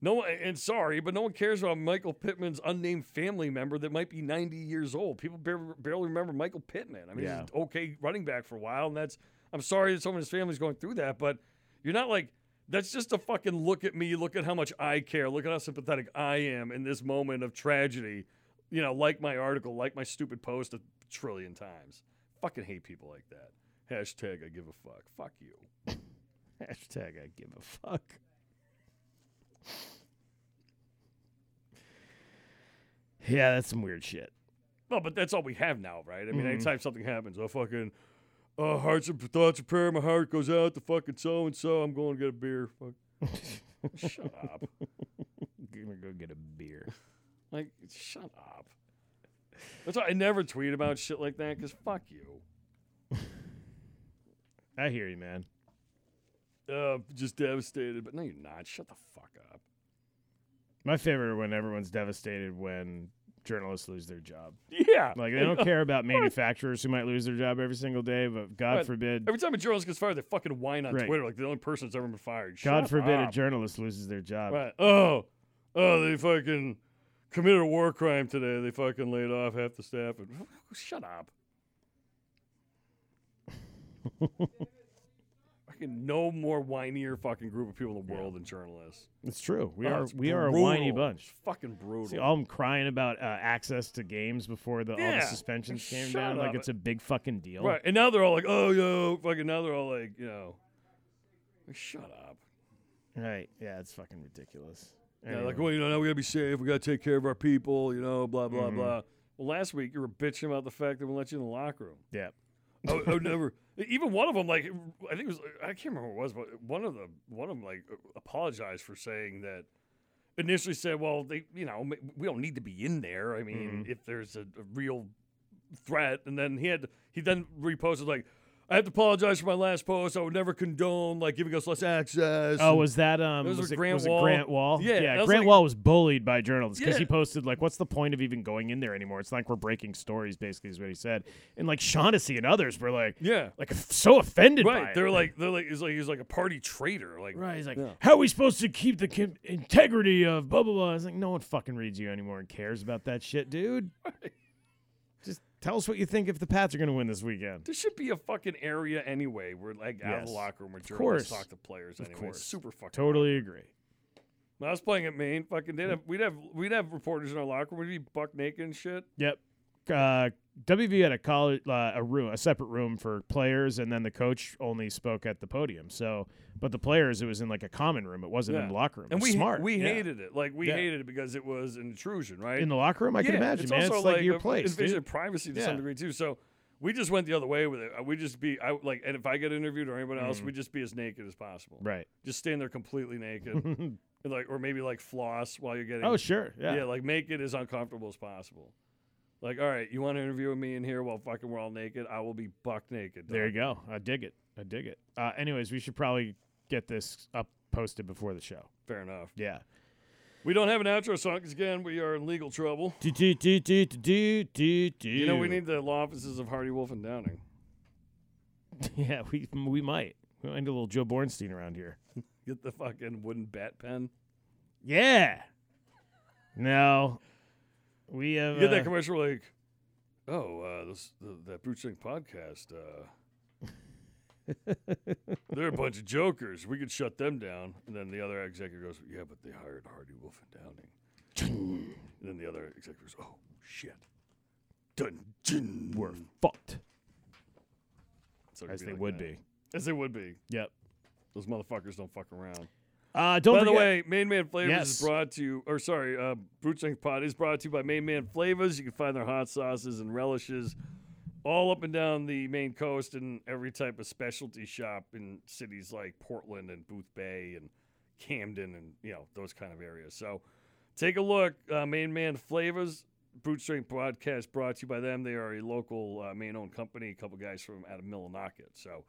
S1: no one and sorry, but no one cares about Michael Pittman's unnamed family member that might be 90 years old. People bar- barely remember Michael Pittman. I mean,
S2: Yeah.
S1: he's an okay running back for a while, and that's I'm sorry that someone in his family's going through that, but you're not like that's just a fucking look at me, look at how much I care, look at how sympathetic I am in this moment of tragedy. You know, like my article, like my stupid post a trillion times. Fucking hate people like that. Hashtag I give a fuck. Fuck you.
S2: Hashtag I give a fuck. Yeah, that's some weird shit.
S1: Well, but that's all we have now, right? I mean,
S2: Mhm.
S1: anytime something happens, oh fucking, oh hearts and thoughts of prayer, my heart goes out to fucking so and so. I'm going to get a beer. Fuck. shut up.
S2: gonna go get a beer.
S1: Like, shut up. That's why I never tweet about shit like that because fuck you.
S2: I hear you, man.
S1: Uh, just devastated, but no, you're not. Shut the fuck up.
S2: My favorite are when everyone's devastated when journalists lose their job.
S1: Yeah, uh,
S2: Like they don't care about manufacturers who might lose their job every single day, but God
S1: Right.
S2: forbid,
S1: Every time a journalist gets fired, they fucking whine on
S2: Right.
S1: Twitter like the only person that's ever been fired.
S2: God
S1: Shut
S2: forbid
S1: up.
S2: a journalist loses their job.
S1: Right. Oh, oh, they fucking committed a war crime today. They fucking laid off half the staff. And shut up. fucking no more whinier fucking group of people in the world than journalists.
S2: It's true. We
S1: Oh,
S2: are
S1: it's
S2: we are a whiny
S1: brutal.
S2: bunch.
S1: It's fucking brutal.
S2: See, all them crying about uh, access to games before the all
S1: Yeah.
S2: the suspensions came
S1: Shut
S2: down, like
S1: up.
S2: it's a big fucking deal.
S1: right. And now they're all like, oh yo, fucking. Now they're all like, you know, shut up.
S2: Right. Yeah, it's fucking ridiculous.
S1: Yeah, like,
S2: Anyway.
S1: well, you know, now we gotta be safe. We gotta take care of our people. You know, blah blah
S2: Mhm.
S1: blah. Well, last week you were bitching about the fact that we let you in the locker room.
S2: yeah.
S1: I would, I would Oh, never. Even one of them, like I think it was, I can't remember what it was, but one of the one of them like apologized for saying that. Initially said, "Well, they, you know, ma- we don't need to be in there. I
S2: Mm-hmm.
S1: mean, if there's a, a real threat." And then he had he then reposted like, I have to apologize for my last post. I would never condone like giving us less access.
S2: Oh, was that um?
S1: It
S2: Was,
S1: was
S2: it,
S1: with Grant
S2: was it
S1: Wall.
S2: Grant Wall?
S1: Yeah, that was
S2: Grant
S1: like-
S2: Wall was bullied by journalists because he
S1: Yeah.
S2: posted like, "What's the point of even going in there anymore? It's like we're breaking stories." Basically, is what he said. And like Shaughnessy and others were like,
S1: yeah,
S2: like so offended by
S1: right.
S2: it.
S1: They're like they're like he's like he's like a party traitor. Like
S2: Right. He's like,
S1: Yeah.
S2: how are we supposed to keep the com- integrity of blah, blah, blah? It's like, no one fucking reads you anymore and cares about that shit, dude. Just tell us what you think if the Pats are going to win this weekend.
S1: there should be a fucking area anyway where like out of
S2: Yes.
S1: the locker room where journalists
S2: course.
S1: talk to players. anyway. It's
S2: course.
S1: super fucking
S2: Totally agree.
S1: When I was playing at Maine, fucking did have, we'd have we'd have reporters in our locker room. We'd be buck naked and shit.
S2: Yep. Uh, WV had a college, uh, a room, a separate room for players, and then the coach only spoke at the podium. So, but the players, it was in like a common room. It wasn't in
S1: Yeah.
S2: the locker room.
S1: And
S2: It's
S1: we
S2: smart.
S1: we
S2: Yeah.
S1: hated it. Like we
S2: Yeah.
S1: hated it because it was an intrusion, right?
S2: in the locker room. I can
S1: Yeah,
S2: imagine, man.
S1: also
S2: It's like, your
S1: a-
S2: place.
S1: invasion
S2: Dude.
S1: of privacy to
S2: Yeah.
S1: some degree too. So we just went the other way with it. We just be I like, and if I get interviewed or anyone else,
S2: Mhm.
S1: we just be as naked as possible.
S2: Right. Mm-hmm.
S1: Just stand there completely naked, and like or maybe like floss while you're getting.
S2: oh, sure.
S1: yeah.
S2: Yeah.
S1: like make it as uncomfortable as possible. Like, all right, you want to interview me in here while fucking we're all naked? I will be buck naked.
S2: There
S1: dog.
S2: you go. I dig it. I dig it. Uh, anyways, we should probably get this up posted before the show.
S1: Fair enough.
S2: Yeah.
S1: We don't have an outro song because again, we are in legal trouble.
S2: Do, do, do, do, do, do, do.
S1: You know, we need the law offices of Hardy Wolf and Downing.
S2: Yeah, we we might. We might need a little Joe Bornstein around here.
S1: Get the fucking wooden bat pen.
S2: Yeah. No. We have.
S1: You get
S2: uh,
S1: that commercial like, oh, uh, this, the, that Brute Strength podcast. Uh, they're a bunch of jokers. We could shut them down. And then the other executive goes, yeah, but they hired Hardy Wolf and Downing. And then the other executive goes, oh, shit. Dun, dun.
S2: we're fucked.
S1: So it could
S2: As
S1: be
S2: they
S1: like
S2: would
S1: that.
S2: be.
S1: As they would be.
S2: Yep.
S1: Those motherfuckers don't fuck around.
S2: Uh, don't
S1: by
S2: forget,
S1: the way, Main Man Flavors
S2: Yes.
S1: is brought to you, or sorry, uh, Brute Strength Pod is brought to you by Main Man Flavors. You can find their hot sauces and relishes all up and down the main coast and every type of specialty shop in cities like Portland and Booth Bay and Camden and you know those kind of areas. So take a look, uh, Main Man Flavors. Brute Strength Podcast brought to you by them. They are a local uh, Maine-owned company. A couple guys from out of Millinocket. So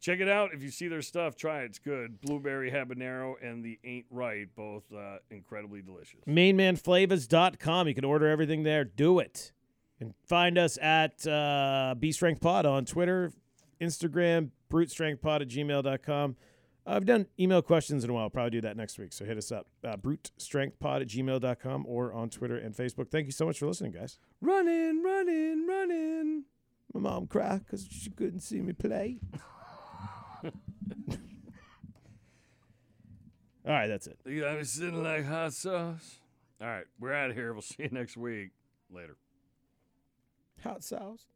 S1: check it out if you see their stuff try it it's good blueberry habanero and the ain't right both uh, incredibly delicious
S2: mainmanflavors.com. You can order everything there. Do it. And find us at uh, B Strength Pod on Twitter, Instagram, brute strength pod at gmail.com. I've done email questions in a while. I'll probably do that next week. So hit us up, uh, brute strength pod at gmail.com or on Twitter and Facebook. Thank you so much for listening, guys.
S1: running running running
S2: My mom cried because she couldn't see me play. All right, that's it.
S1: you got me sitting like hot sauce all right we're out of here we'll see you next week later
S2: Hot sauce.